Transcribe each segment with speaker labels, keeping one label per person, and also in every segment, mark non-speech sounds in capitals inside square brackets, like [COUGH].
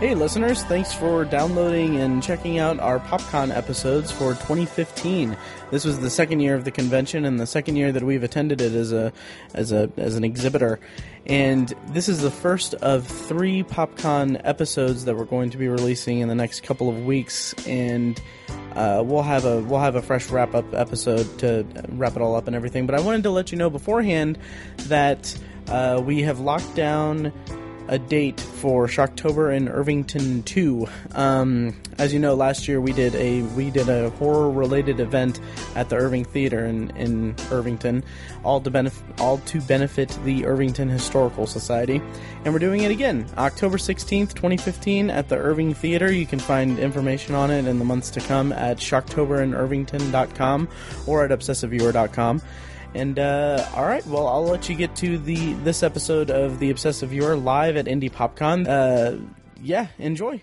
Speaker 1: Hey, listeners, thanks for downloading and checking out our PopCon episodes for 2015. This was the second year of the convention and the second year that we've attended it as a as a as an exhibitor. And this is the first of three PopCon episodes that we're going to be releasing in the next couple of weeks and uh, we'll have a we'll have a fresh wrap up episode to wrap it all up and everything. But I wanted to let you know beforehand that uh, we have locked down a date for Shocktober in Irvington 2. Um, as you know, last year we did a we did a horror related event at the Irving Theater in, in Irvington, all to benefit all to benefit the Irvington Historical Society, and we're doing it again, October 16th, 2015, at the Irving Theater. You can find information on it in the months to come at shocktoberinirvington.com or at obsessiveviewer.com. And uh, all right, well, I'll let you get to the this episode of the Obsessive Viewer live at Indie PopCon. Uh, yeah, enjoy.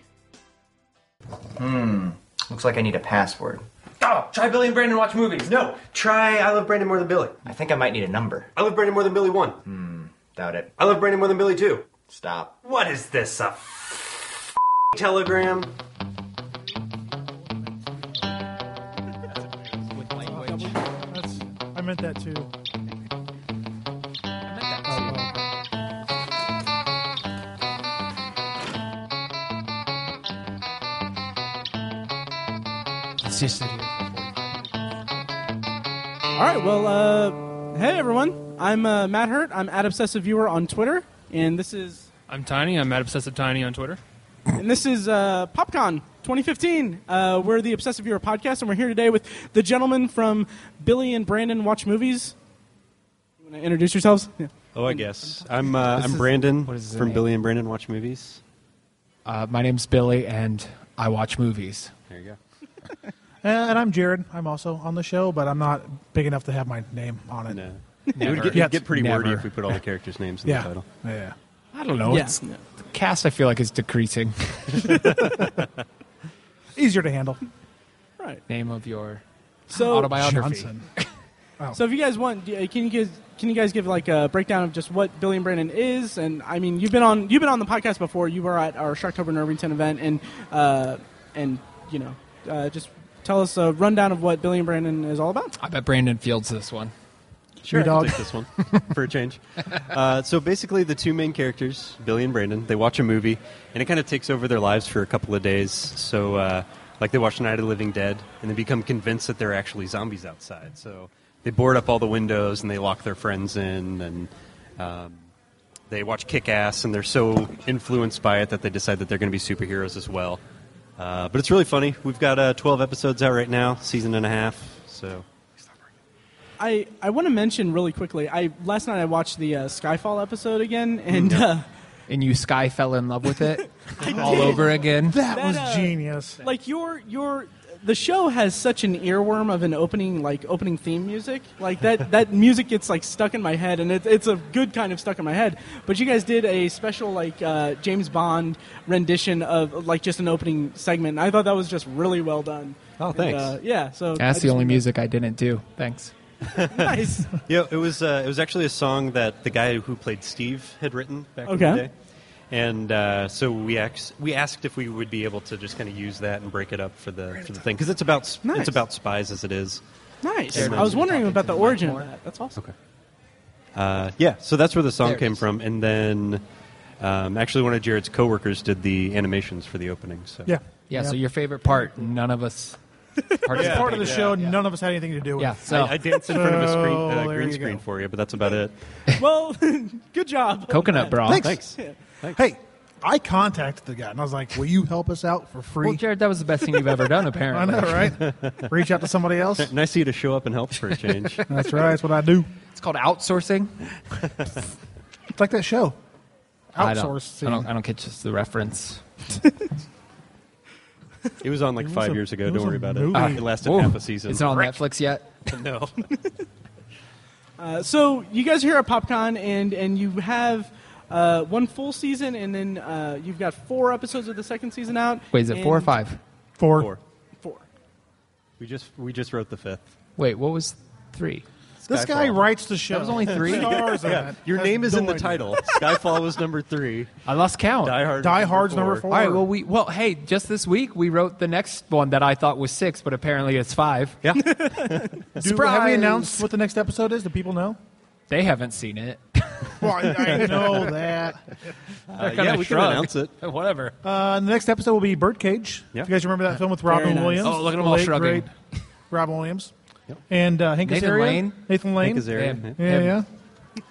Speaker 2: Looks like I need a password.
Speaker 3: Oh, try Billy and Brandon watch movies. No,
Speaker 4: Try I Love Brandon More Than Billy.
Speaker 2: I think I might need a number.
Speaker 4: I Love Brandon More Than Billy 1.
Speaker 3: Hmm.
Speaker 2: Doubt it.
Speaker 4: I Love Brandon More Than Billy 2.
Speaker 2: Stop.
Speaker 4: What is this, a f- [LAUGHS] telegram?
Speaker 5: That's, I meant that too. Oh, well.
Speaker 6: It's just
Speaker 1: All right, well, uh, hey everyone, I'm uh, Matt Hurt. I'm at Obsessive Viewer on Twitter, and this is
Speaker 6: I'm Tiny. I'm at Obsessive Tiny on Twitter.
Speaker 1: and this is uh, PopCon 2015. Uh, we're the Obsessive Viewer podcast, and we're here today with the gentlemen from Billy and Brandon Watch Movies. You want to introduce yourselves? Yeah.
Speaker 7: Oh, I guess. I'm uh, I'm Brandon
Speaker 6: what is his
Speaker 7: from
Speaker 6: name?
Speaker 7: Billy and Brandon Watch Movies.
Speaker 6: Uh, my name's Billy, and I watch movies.
Speaker 7: There you go.
Speaker 5: And I'm Jared. I'm also on the show, but I'm not big enough to have my name on it.
Speaker 7: No. It
Speaker 6: Never.
Speaker 7: would get, it'd get pretty wordy
Speaker 6: Never.
Speaker 7: if we put all the characters' names in
Speaker 5: Yeah.
Speaker 7: the title.
Speaker 5: Yeah.
Speaker 6: I don't know.
Speaker 1: Yeah.
Speaker 6: It's, the cast I feel like is decreasing.
Speaker 5: Easier to handle.
Speaker 1: Right.
Speaker 6: Name of your
Speaker 8: Oh,
Speaker 1: So
Speaker 6: autobiography.
Speaker 5: Johnson.
Speaker 1: So if you guys want, uh, can you guys can you guys give like a breakdown of just what Billy and Brandon is? And I mean, you've been on you've been on the podcast before. You were at our Sharktober in Irvington event, and uh, and you know, uh, just tell us a rundown of what Billy and Brandon is all about.
Speaker 6: [LAUGHS] I bet Brandon fields this one.
Speaker 7: Sure,
Speaker 5: Your
Speaker 7: I'll
Speaker 5: dog.
Speaker 7: take this one for a change. Uh, so basically, the two main characters, Billy and Brandon, they watch a movie, and it kind of takes over their lives for a couple of days. So, uh, like, they watch Night of the Living Dead, and they become convinced that there are actually zombies outside. So they board up all the windows and they lock their friends in, and um, they watch Kick Ass, and they're so influenced by it that they decide that they're going to be superheroes as well. Uh, but it's really funny. We've got uh, 12 episodes out right now, season and a half. So
Speaker 1: I, I want to mention really quickly. I last night I watched the uh, Skyfall episode again, and uh,
Speaker 6: And you, Sky, fell in love with [LAUGHS] it all over again.
Speaker 5: That, was
Speaker 1: uh,
Speaker 5: genius.
Speaker 1: like your your the show has such an earworm of an opening like opening theme music like that that music gets like stuck in my head and it, it's a good kind of stuck in my head but you guys did a special like uh, james bond rendition of like just an opening segment and i thought that was just really well done
Speaker 7: Oh,
Speaker 1: And,
Speaker 7: thanks.
Speaker 1: uh, yeah so I
Speaker 6: That's
Speaker 1: just
Speaker 6: the only
Speaker 1: wanted-
Speaker 6: music I didn't do. Thanks.
Speaker 1: [LAUGHS] nice
Speaker 7: Yeah, it was uh, it was actually a song that the guy who played Steve had written back in
Speaker 1: Okay.
Speaker 7: the day, and uh, so we ax- we asked if we would be able to just kind of use that and break it up for the for the thing because it's about sp-
Speaker 1: Nice.
Speaker 7: it's about spies as it is.
Speaker 1: nice
Speaker 7: Jared,
Speaker 1: i was
Speaker 7: you
Speaker 1: wondering
Speaker 6: talking
Speaker 1: about
Speaker 6: to
Speaker 1: the
Speaker 6: the mic
Speaker 1: origin
Speaker 6: more?
Speaker 1: of that that's awesome
Speaker 7: Okay. Uh, yeah, so that's where the song
Speaker 6: There it
Speaker 7: came
Speaker 6: is.
Speaker 7: from, and then um, actually one of Jared's coworkers did the animations for the opening. So
Speaker 5: yeah.
Speaker 6: Yeah, So your favorite part? None of [LAUGHS] us.
Speaker 5: It's part of
Speaker 7: yeah,
Speaker 5: the show.
Speaker 6: yeah.
Speaker 5: None of us had anything to do with.
Speaker 6: Yeah.
Speaker 5: it.
Speaker 6: So
Speaker 7: I, I danced in front of a screen,
Speaker 5: So,
Speaker 7: uh,
Speaker 5: Oh, there
Speaker 7: green
Speaker 5: you
Speaker 7: screen
Speaker 5: go.
Speaker 7: for you, but that's about it.
Speaker 1: well [LAUGHS] good job
Speaker 6: coconut bra.
Speaker 7: Thanks.
Speaker 5: Hey, I contacted the guy and I was like, "Will you help us out for free?"
Speaker 6: Well, Jared, that was the best thing you've ever [LAUGHS] done,
Speaker 5: I
Speaker 6: apparently.
Speaker 5: know,
Speaker 6: [LAUGHS]
Speaker 5: right? Reach out to somebody else.
Speaker 7: Nice of you to show up and help for a
Speaker 5: [LAUGHS]
Speaker 7: change.
Speaker 5: That's right. That's what I do.
Speaker 6: It's called outsourcing.
Speaker 5: It's like that show.
Speaker 6: I don't,
Speaker 5: Outsourced.
Speaker 6: I don't, I don't catch just the reference.
Speaker 7: It was on like
Speaker 5: It was
Speaker 7: five
Speaker 5: a-
Speaker 7: years ago.
Speaker 5: it was
Speaker 7: Don't
Speaker 5: a
Speaker 7: worry about
Speaker 5: movie.
Speaker 7: it. It lasted
Speaker 6: Whoa.
Speaker 7: half a season.
Speaker 6: Is it on Netflix yet?
Speaker 7: [LAUGHS] No.
Speaker 1: Uh, so you guys are here at PopCon, and and you have uh, one full season, and then uh, you've got four episodes of the second season out.
Speaker 6: Wait, is it four or
Speaker 1: and-
Speaker 6: five?
Speaker 5: Four.
Speaker 7: Four.
Speaker 1: Four.
Speaker 7: We just we just wrote the fifth.
Speaker 6: Wait, what was three?
Speaker 5: This guy
Speaker 7: Skyfall.
Speaker 5: writes the show.
Speaker 6: That was only three?
Speaker 5: stars. on it.
Speaker 7: Your
Speaker 5: Has
Speaker 7: name is
Speaker 5: no
Speaker 7: in the
Speaker 5: idea. [LAUGHS] Uh,
Speaker 7: title. Skyfall was number three.
Speaker 6: I lost count.
Speaker 7: Die Hard.
Speaker 5: Die
Speaker 7: was
Speaker 5: Hard's number four.
Speaker 6: All right. Well, we well, hey, just this week we wrote the next one that I thought was six, but apparently it's five.
Speaker 7: Yeah.
Speaker 5: Do, have we
Speaker 6: Surprise!
Speaker 5: announced what the next episode is? Do people know?
Speaker 6: They haven't seen it.
Speaker 7: Uh,
Speaker 5: Well, I, [LAUGHS] I know that.
Speaker 6: [LAUGHS] They're
Speaker 7: yeah,
Speaker 6: gonna
Speaker 7: we can
Speaker 6: shrug.
Speaker 7: announce it.
Speaker 6: [LAUGHS] Whatever.
Speaker 5: Uh, the next episode will be Birdcage.
Speaker 7: Yeah.
Speaker 5: If you guys remember that film with
Speaker 1: Very
Speaker 5: Robin
Speaker 1: nice.
Speaker 5: Williams.
Speaker 6: Oh, look
Speaker 5: the
Speaker 6: at them all
Speaker 5: late,
Speaker 6: shrugging.
Speaker 5: great Robin Williams. And uh, Hank
Speaker 6: Nathan
Speaker 5: Azaria.
Speaker 6: Lane.
Speaker 5: Nathan Lane.
Speaker 7: Hank Azaria,
Speaker 6: Damn.
Speaker 5: Yeah,
Speaker 6: Him.
Speaker 5: yeah.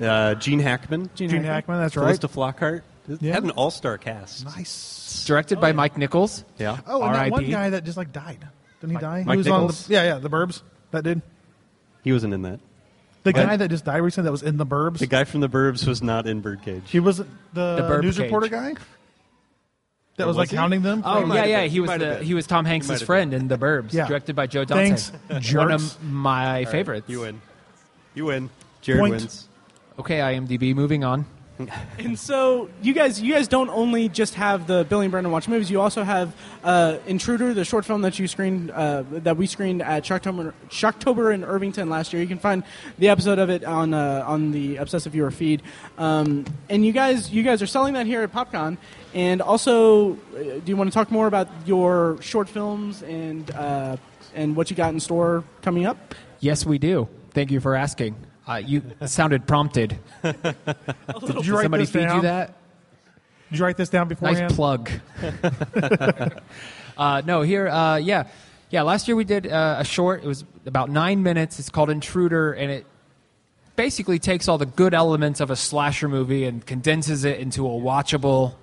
Speaker 7: yeah. Uh, Gene Hackman.
Speaker 5: Gene Hackman, that's right.
Speaker 7: Callista Flockhart. It
Speaker 5: Yeah.
Speaker 7: Had an all-star cast.
Speaker 5: Nice.
Speaker 6: Directed by Mike Nichols.
Speaker 7: Oh, Yeah.
Speaker 5: Oh, and that one
Speaker 6: R.I.P..
Speaker 5: guy that just like died. Didn't he die?
Speaker 7: Mike
Speaker 5: he was
Speaker 7: Nichols?
Speaker 5: on the, Yeah, yeah, the Burbs. That did.
Speaker 7: He wasn't in that.
Speaker 5: The
Speaker 7: What?
Speaker 5: guy that just died recently that was in the Burbs.
Speaker 7: The guy from The Burbs was not in Birdcage.
Speaker 5: He wasn't the,
Speaker 6: The Burb
Speaker 5: news
Speaker 6: Cage.
Speaker 5: reporter guy. That
Speaker 7: Oh,
Speaker 5: was
Speaker 7: was
Speaker 5: like
Speaker 7: he?
Speaker 5: counting them.
Speaker 6: Oh
Speaker 7: might
Speaker 6: yeah,
Speaker 7: have
Speaker 6: yeah.
Speaker 7: been.
Speaker 6: He
Speaker 7: He
Speaker 6: was
Speaker 7: might have
Speaker 6: the,
Speaker 7: been.
Speaker 6: he was Tom
Speaker 7: might have
Speaker 6: Hanks's
Speaker 7: been.
Speaker 6: friend in The Burbs,
Speaker 5: Yeah.
Speaker 6: directed by Joe Dante.
Speaker 5: Thanks,
Speaker 6: One
Speaker 5: jerks.
Speaker 6: of my favorites.
Speaker 7: You win. You win. Jared
Speaker 5: Point.
Speaker 7: wins.
Speaker 6: Okay, IMDb. Moving on.
Speaker 8: And so you guys, you guys don't only just have the Billy and Brendan watch movies. You also have uh, Intruder, the short film that you screened, uh, that we screened at Shocktober, Shocktober in Irvington last year. You can find the episode of it on uh, on the Obsessive Viewer feed. Um, and you guys, you guys are selling that here at PopCon. And also, uh, do you want to talk more about your short films and uh, and what you got in store coming up?
Speaker 6: Yes, we do. Thank you for asking. Uh, you sounded prompted.
Speaker 5: Did you write
Speaker 6: Somebody
Speaker 5: this
Speaker 6: feed
Speaker 5: down?
Speaker 6: you that?
Speaker 5: Did you write this down beforehand?
Speaker 6: Nice plug. [LAUGHS] uh, no, here, uh, yeah, yeah. Last year we did uh, a short. It was about nine minutes. It's called Intruder, and it basically takes all the good elements of a slasher movie and condenses it into a watchable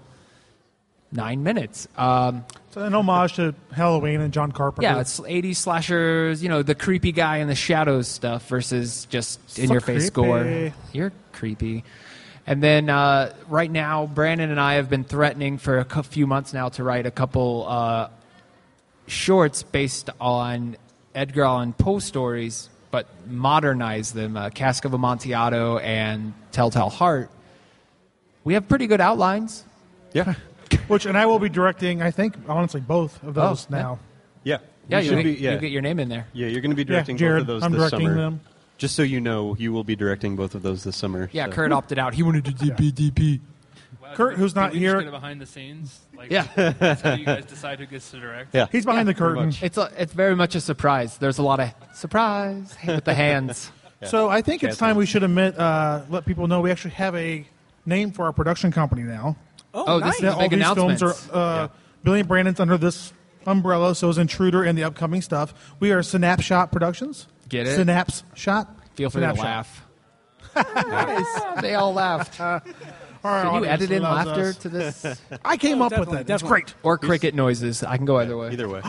Speaker 6: nine minutes. Um,
Speaker 5: It's an homage to Halloween and John Carpenter.
Speaker 6: yeah, it's '80s slashers. You know, the creepy guy in the shadows stuff versus just in your face
Speaker 5: creepy.
Speaker 6: gore. You're creepy. And then uh, right now, Brandon and I have been threatening for a cou- few months now to write a couple uh, shorts based on Edgar Allan Poe stories, but modernize them. Uh, Cask of Amontillado and Telltale Heart. We have pretty good outlines.
Speaker 7: Yeah.
Speaker 5: [LAUGHS] which and I will be directing. I think honestly both of those
Speaker 6: Oh, yeah.
Speaker 5: now.
Speaker 7: Yeah.
Speaker 6: Yeah,
Speaker 7: You
Speaker 6: you,
Speaker 7: should
Speaker 6: get-
Speaker 7: be- yeah.
Speaker 6: you get your name in there.
Speaker 7: yeah, you're going to be directing both
Speaker 5: Jared,
Speaker 7: of those
Speaker 5: I'm
Speaker 7: this
Speaker 5: directing
Speaker 7: summer.
Speaker 5: them.
Speaker 7: Just so you know, you will be directing both of those this summer.
Speaker 6: Yeah,
Speaker 7: so.
Speaker 6: Kurt opted out. He wanted to DP DP.
Speaker 5: Kurt, who's not
Speaker 9: Can we
Speaker 5: here-
Speaker 9: Just get behind the scenes. Like,
Speaker 6: [LAUGHS] Yeah.
Speaker 9: [LAUGHS] that's how you guys decide who gets to direct.
Speaker 7: Yeah.
Speaker 5: He's behind the curtain.
Speaker 7: much.
Speaker 6: It's a, it's very much a surprise. There's a lot of surprise with the hands.
Speaker 5: So I think it's
Speaker 7: Fantastic.
Speaker 5: time we should admit, uh, let people know we actually have a name for our production company now.
Speaker 6: Oh, this
Speaker 5: Yeah,
Speaker 6: is a
Speaker 5: all
Speaker 6: big
Speaker 5: these
Speaker 6: announcement.
Speaker 5: films are uh, Billy and Brandon's under this umbrella. So is Intruder and the upcoming stuff. We are Synapse Shot Productions.
Speaker 6: Get it?
Speaker 5: Synapse Shot.
Speaker 6: Feel free
Speaker 5: Synapse
Speaker 6: to
Speaker 5: Shot.
Speaker 6: laugh. they all laughed.
Speaker 5: Our
Speaker 6: Can you
Speaker 5: audience
Speaker 6: edit in
Speaker 5: loves
Speaker 6: laughter
Speaker 5: us.
Speaker 6: to this
Speaker 5: I came up with
Speaker 8: definitely,
Speaker 5: that. That's
Speaker 8: definitely.
Speaker 5: great.
Speaker 6: or cricket noises? I can go either way.
Speaker 5: [GASPS]
Speaker 7: Either way,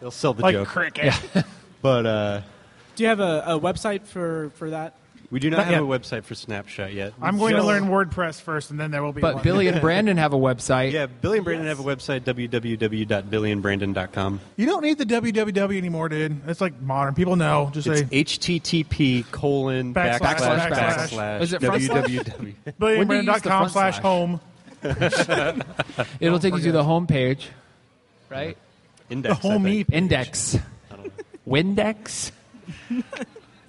Speaker 7: they'll sell the
Speaker 5: Like
Speaker 7: joke.
Speaker 5: cricket.
Speaker 7: But uh,
Speaker 8: Do you have a, a website for for that? [LAUGHS]
Speaker 7: we do not,
Speaker 5: Not
Speaker 7: have
Speaker 5: yet.
Speaker 7: a website for Snapshot yet.
Speaker 5: I'm going to learn WordPress first, and then there will be.
Speaker 6: But
Speaker 5: one.
Speaker 6: Billy and Brandon have a website.
Speaker 7: yeah, Billy and Brandon have a website www.billyandbrandon.com.
Speaker 5: you don't need the www anymore, dude. It's like modern. People know. Just
Speaker 7: It's
Speaker 5: say
Speaker 7: http colon
Speaker 5: Backslash,
Speaker 7: backslash
Speaker 5: backslash.
Speaker 7: backslash,
Speaker 6: Is it front slash?
Speaker 7: www.
Speaker 6: When do you
Speaker 5: BillyandBrandon.com
Speaker 6: use the front
Speaker 5: slash
Speaker 6: slash?
Speaker 5: home.
Speaker 6: It'll take you to the homepage, right?
Speaker 7: Index. I
Speaker 5: Homey
Speaker 7: think.
Speaker 6: Index. Windex.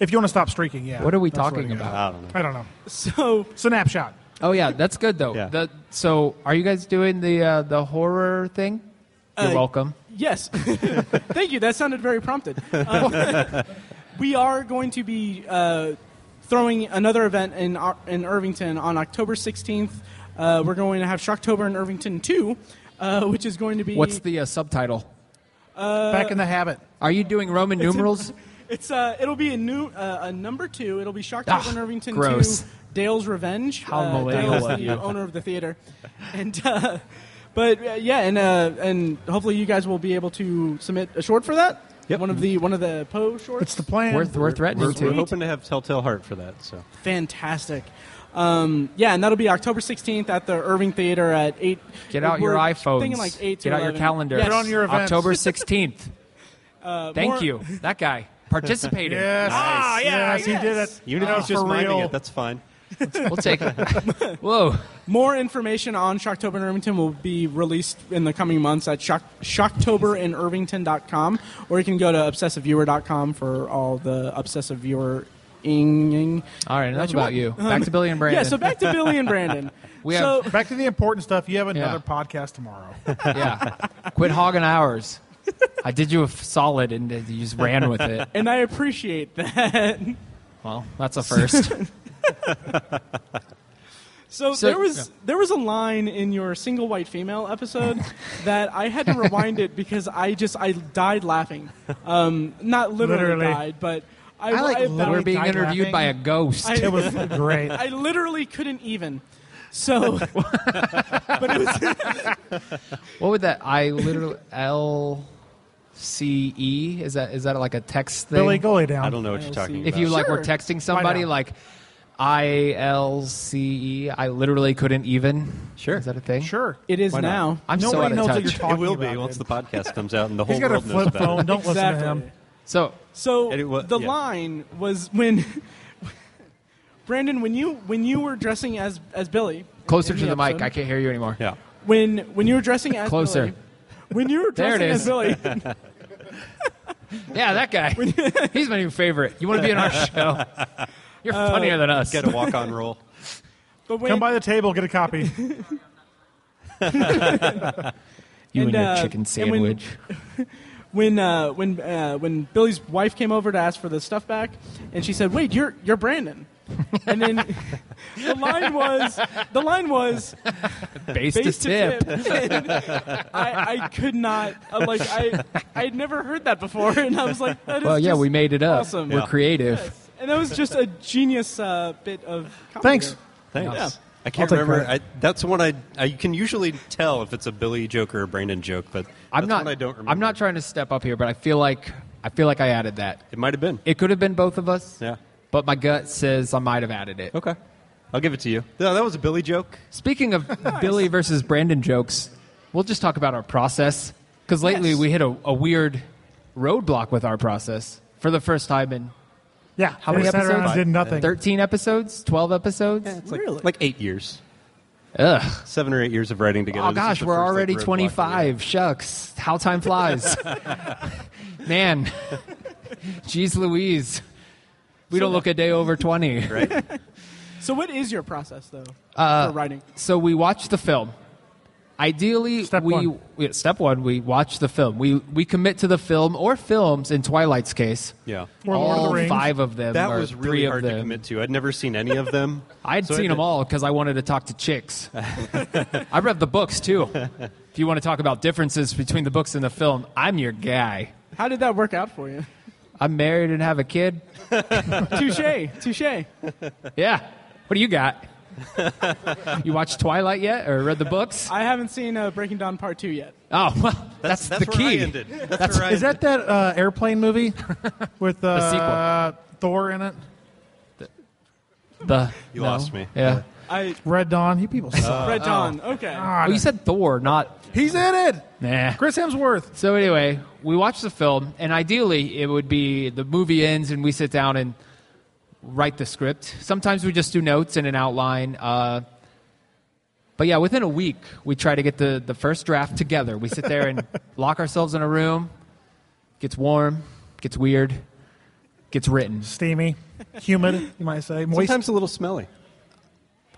Speaker 5: If you want to stop streaking, yeah.
Speaker 6: What are we
Speaker 5: That's what
Speaker 6: talking
Speaker 5: I got.
Speaker 6: about?
Speaker 7: I don't know.
Speaker 5: I don't know.
Speaker 8: So
Speaker 5: Snapshot.
Speaker 6: Oh yeah, that's good though.
Speaker 7: Yeah.
Speaker 6: The, so are you guys doing the uh, the horror thing? You're
Speaker 8: Uh,
Speaker 6: welcome.
Speaker 8: Yes. [LAUGHS] Thank you. That sounded very prompted. Um, [LAUGHS] we are going to be uh, throwing another event in, Ar- in Irvington on October 16th. Uh, we're going to have Shocktober in Irvington 2, uh, which is going to be.
Speaker 6: What's the uh, subtitle?
Speaker 5: Back in the habit.
Speaker 6: Are you doing Roman numerals?
Speaker 8: It's uh, it'll be a new uh, a number two. It'll be Shocktober
Speaker 6: Ah,
Speaker 8: in Irvington
Speaker 6: gross.
Speaker 8: two. Dale's Revenge.
Speaker 6: How
Speaker 8: uh,
Speaker 6: millennial
Speaker 8: Dale's
Speaker 6: of
Speaker 8: the
Speaker 6: you.
Speaker 8: owner of the theater, and uh, but uh, yeah, and uh, and hopefully you guys will be able to submit a short for that.
Speaker 7: Yep.
Speaker 8: One of the one of the Poe shorts.
Speaker 5: It's the plan.
Speaker 6: worth worth threatening
Speaker 7: We're,
Speaker 6: to.
Speaker 7: we're hoping to have Telltale Heart for that. So
Speaker 8: fantastic. Um, yeah, and that'll be October 16th at the Irving Theater at 8.
Speaker 6: Get out your
Speaker 8: We're
Speaker 6: iPhones.
Speaker 8: Thinking like 8 to
Speaker 6: Get out your
Speaker 8: 11.
Speaker 6: calendar.
Speaker 8: Yes.
Speaker 5: Put on your events.
Speaker 8: [LAUGHS]
Speaker 6: October 16th.
Speaker 8: Uh,
Speaker 6: Thank
Speaker 8: more-
Speaker 6: you. That guy participating.
Speaker 5: Yes.
Speaker 8: Ah, yeah,
Speaker 5: Yes, he did it.
Speaker 7: even if
Speaker 5: Oh,
Speaker 7: he's just
Speaker 5: for
Speaker 7: minding
Speaker 5: real.
Speaker 7: it, that's fine.
Speaker 6: We'll take
Speaker 8: [LAUGHS]
Speaker 6: it. Whoa.
Speaker 8: More information on Shocktober in Irvington will be released in the coming months at shock, shocktoberinirvington.com, or you can go to obsessiveviewer.com for all the Obsessive Viewer ing, ing.
Speaker 6: All right, enough
Speaker 8: you
Speaker 6: about
Speaker 8: want.
Speaker 6: you. Back to Billy and Brandon.
Speaker 8: Um, [LAUGHS] Yeah, so back to Billy and Brandon.
Speaker 6: [LAUGHS] We
Speaker 8: so,
Speaker 5: Back to the important stuff. You have another
Speaker 6: Yeah.
Speaker 5: podcast [LAUGHS] tomorrow.
Speaker 6: yeah. Quit hogging hours. I did you a f- solid and you just ran with it.
Speaker 8: and I appreciate that.
Speaker 6: Well, that's a first.
Speaker 8: So,
Speaker 6: So-
Speaker 8: there was
Speaker 6: yeah.
Speaker 8: there was a line in your single white female
Speaker 6: [LAUGHS]
Speaker 8: episode that I had to rewind it because I just I died laughing. Um, not literally,
Speaker 5: Literally.
Speaker 8: died, but I,
Speaker 5: I, like,
Speaker 8: I,
Speaker 6: [LAUGHS]
Speaker 8: about-
Speaker 6: We're
Speaker 5: literally-
Speaker 6: being
Speaker 5: Died
Speaker 6: interviewed
Speaker 5: laughing.
Speaker 6: by a ghost.
Speaker 8: I-
Speaker 5: It was great.
Speaker 8: I literally couldn't even. So,
Speaker 6: [LAUGHS]
Speaker 8: but it was
Speaker 6: what would that? I literally L C E is that is that like a text thing?
Speaker 5: Billy, go lay down.
Speaker 7: I don't know what you're talking
Speaker 6: if
Speaker 7: about.
Speaker 6: you like
Speaker 8: Sure.
Speaker 6: were texting somebody
Speaker 5: not?
Speaker 6: like I L C E, I literally couldn't even.
Speaker 7: Sure.
Speaker 6: Is that a thing?
Speaker 5: Sure.
Speaker 8: it is
Speaker 7: Why not?
Speaker 8: now.
Speaker 6: I'm so
Speaker 5: Nobody
Speaker 6: out of
Speaker 5: knows
Speaker 6: touch.
Speaker 5: what you're talking
Speaker 7: it will be
Speaker 5: about,
Speaker 7: once
Speaker 5: dude.
Speaker 7: the podcast comes out and the whole
Speaker 5: He's got a
Speaker 7: world knows
Speaker 5: flip
Speaker 7: about
Speaker 5: phone.
Speaker 7: it.
Speaker 5: Don't
Speaker 8: Exactly.
Speaker 5: listen to him.
Speaker 6: so
Speaker 8: So
Speaker 7: And it wa-
Speaker 8: the
Speaker 7: yeah.
Speaker 8: line was when [LAUGHS] Brandon, when you when you were dressing as as Billy,
Speaker 6: closer
Speaker 8: in
Speaker 6: to the mic.
Speaker 8: episode,
Speaker 6: I can't hear you anymore.
Speaker 7: Yeah.
Speaker 8: When when you were dressing as
Speaker 6: Closer.
Speaker 8: Billy, when you were
Speaker 6: There it
Speaker 8: dressing as
Speaker 6: is. [LAUGHS]
Speaker 8: Billy,
Speaker 6: Yeah, that guy. [LAUGHS] He's my new favorite. You want to be in our show? You're funnier than us.
Speaker 7: Get a walk on roll.
Speaker 8: but when,
Speaker 5: Come by the table, get a copy. [LAUGHS]
Speaker 6: You
Speaker 8: And,
Speaker 6: and, your
Speaker 8: uh,
Speaker 6: chicken
Speaker 8: and when-
Speaker 6: sandwich.
Speaker 8: [LAUGHS] when uh, when uh, when Billy's wife came over to ask for the stuff back, and she said, "Wait, you're you're Brandon," and then [LAUGHS] the line was the line
Speaker 6: [LAUGHS]
Speaker 8: was
Speaker 6: Base,
Speaker 8: face
Speaker 6: to tip.
Speaker 8: And [LAUGHS] I, I could not uh, like I I had never heard that before, [LAUGHS] and I was like, that is
Speaker 6: Well, yeah,
Speaker 8: just
Speaker 6: we made it up.
Speaker 8: awesome.
Speaker 6: We're
Speaker 7: Yeah.
Speaker 6: creative.
Speaker 8: And that was just a genius uh, bit
Speaker 6: [LAUGHS]
Speaker 8: of comedy.
Speaker 5: Thanks.
Speaker 7: Thanks.
Speaker 6: Yeah.
Speaker 7: I can't
Speaker 5: I'll take
Speaker 7: remember. I,
Speaker 5: credit.
Speaker 7: that's one I I can usually tell if it's a Billy joke or a Brandon joke, but
Speaker 6: I'm
Speaker 7: that's
Speaker 6: not.
Speaker 7: one I don't remember.
Speaker 6: I'm not trying to step up here, but I feel like I feel like I added that.
Speaker 7: It might have been.
Speaker 6: It could have been both of us.
Speaker 7: Yeah.
Speaker 6: But my gut says I might have added it.
Speaker 7: Okay. I'll give it to you. No, that was a Billy joke.
Speaker 6: Speaking of Billy versus Brandon jokes, we'll just talk about our process because lately
Speaker 8: Yes.
Speaker 6: we hit a, a weird roadblock with our process for the first time in
Speaker 5: Yeah.
Speaker 6: How
Speaker 5: They
Speaker 6: many
Speaker 5: sat around
Speaker 6: episodes?
Speaker 5: and did nothing.
Speaker 6: 13 episodes, 12 episodes.
Speaker 7: It's like, like eight years,
Speaker 6: Ugh.
Speaker 7: seven or eight years of writing together.
Speaker 6: Oh
Speaker 7: This is
Speaker 6: gosh,
Speaker 7: the
Speaker 6: we're
Speaker 7: first, like,
Speaker 6: already
Speaker 7: roadblock we
Speaker 6: 25. Shucks, how
Speaker 7: [LAUGHS]
Speaker 6: time flies. Man, [LAUGHS] jeez Louise, we don't look a day over 20.
Speaker 8: So, what is your process though
Speaker 6: Uh,
Speaker 8: for writing?
Speaker 6: So we watch the film. Ideally,
Speaker 5: Step
Speaker 6: we
Speaker 5: one.
Speaker 6: yeah, step one we watch the film. We we commit to the film or films. In Twilight's case,
Speaker 7: Yeah.
Speaker 5: Or Lord of
Speaker 6: all
Speaker 5: the Rings.
Speaker 6: five of them.
Speaker 7: That
Speaker 6: or
Speaker 7: was
Speaker 6: three
Speaker 7: really
Speaker 6: of
Speaker 7: hard
Speaker 6: them.
Speaker 7: to commit to. I'd never seen any of them.
Speaker 6: [LAUGHS] I'd
Speaker 7: So I
Speaker 6: seen them
Speaker 7: did-
Speaker 6: all because I wanted to talk to chicks. [LAUGHS] I read the books too. If you want to talk about differences between the books and the film, I'm your guy.
Speaker 8: How did that work out for
Speaker 6: [LAUGHS]
Speaker 8: you?
Speaker 6: I'm married and have a kid.
Speaker 8: touche, touche.
Speaker 6: Yeah. What do you
Speaker 7: [LAUGHS]
Speaker 6: got? you watched Twilight yet or read the books?
Speaker 8: I haven't seen uh, Breaking Down Part Two yet.
Speaker 6: Oh, well, that's,
Speaker 7: That's
Speaker 6: the
Speaker 7: where I
Speaker 6: key.
Speaker 7: ended. That's, where I
Speaker 5: Is
Speaker 7: ended.
Speaker 5: that that uh, airplane movie [LAUGHS] with uh, Thor in it?
Speaker 6: The
Speaker 7: You
Speaker 6: no.
Speaker 7: lost me.
Speaker 6: Yeah.
Speaker 8: I
Speaker 5: Red Dawn. You people suck.
Speaker 8: Red Dawn. Okay.
Speaker 6: Well, you said Thor, not
Speaker 5: He's in it.
Speaker 6: nah.
Speaker 5: Chris Hemsworth.
Speaker 6: So anyway, we watch the film, and ideally, it would be the movie ends, and we sit down and write the script. Sometimes we just do notes and an outline. Uh, but yeah, within a week, we try to get the, the first draft together. We sit there and lock ourselves in a room. Gets warm, gets weird, gets written.
Speaker 5: Steamy, humid, you might say. Moist.
Speaker 7: Sometimes a little smelly.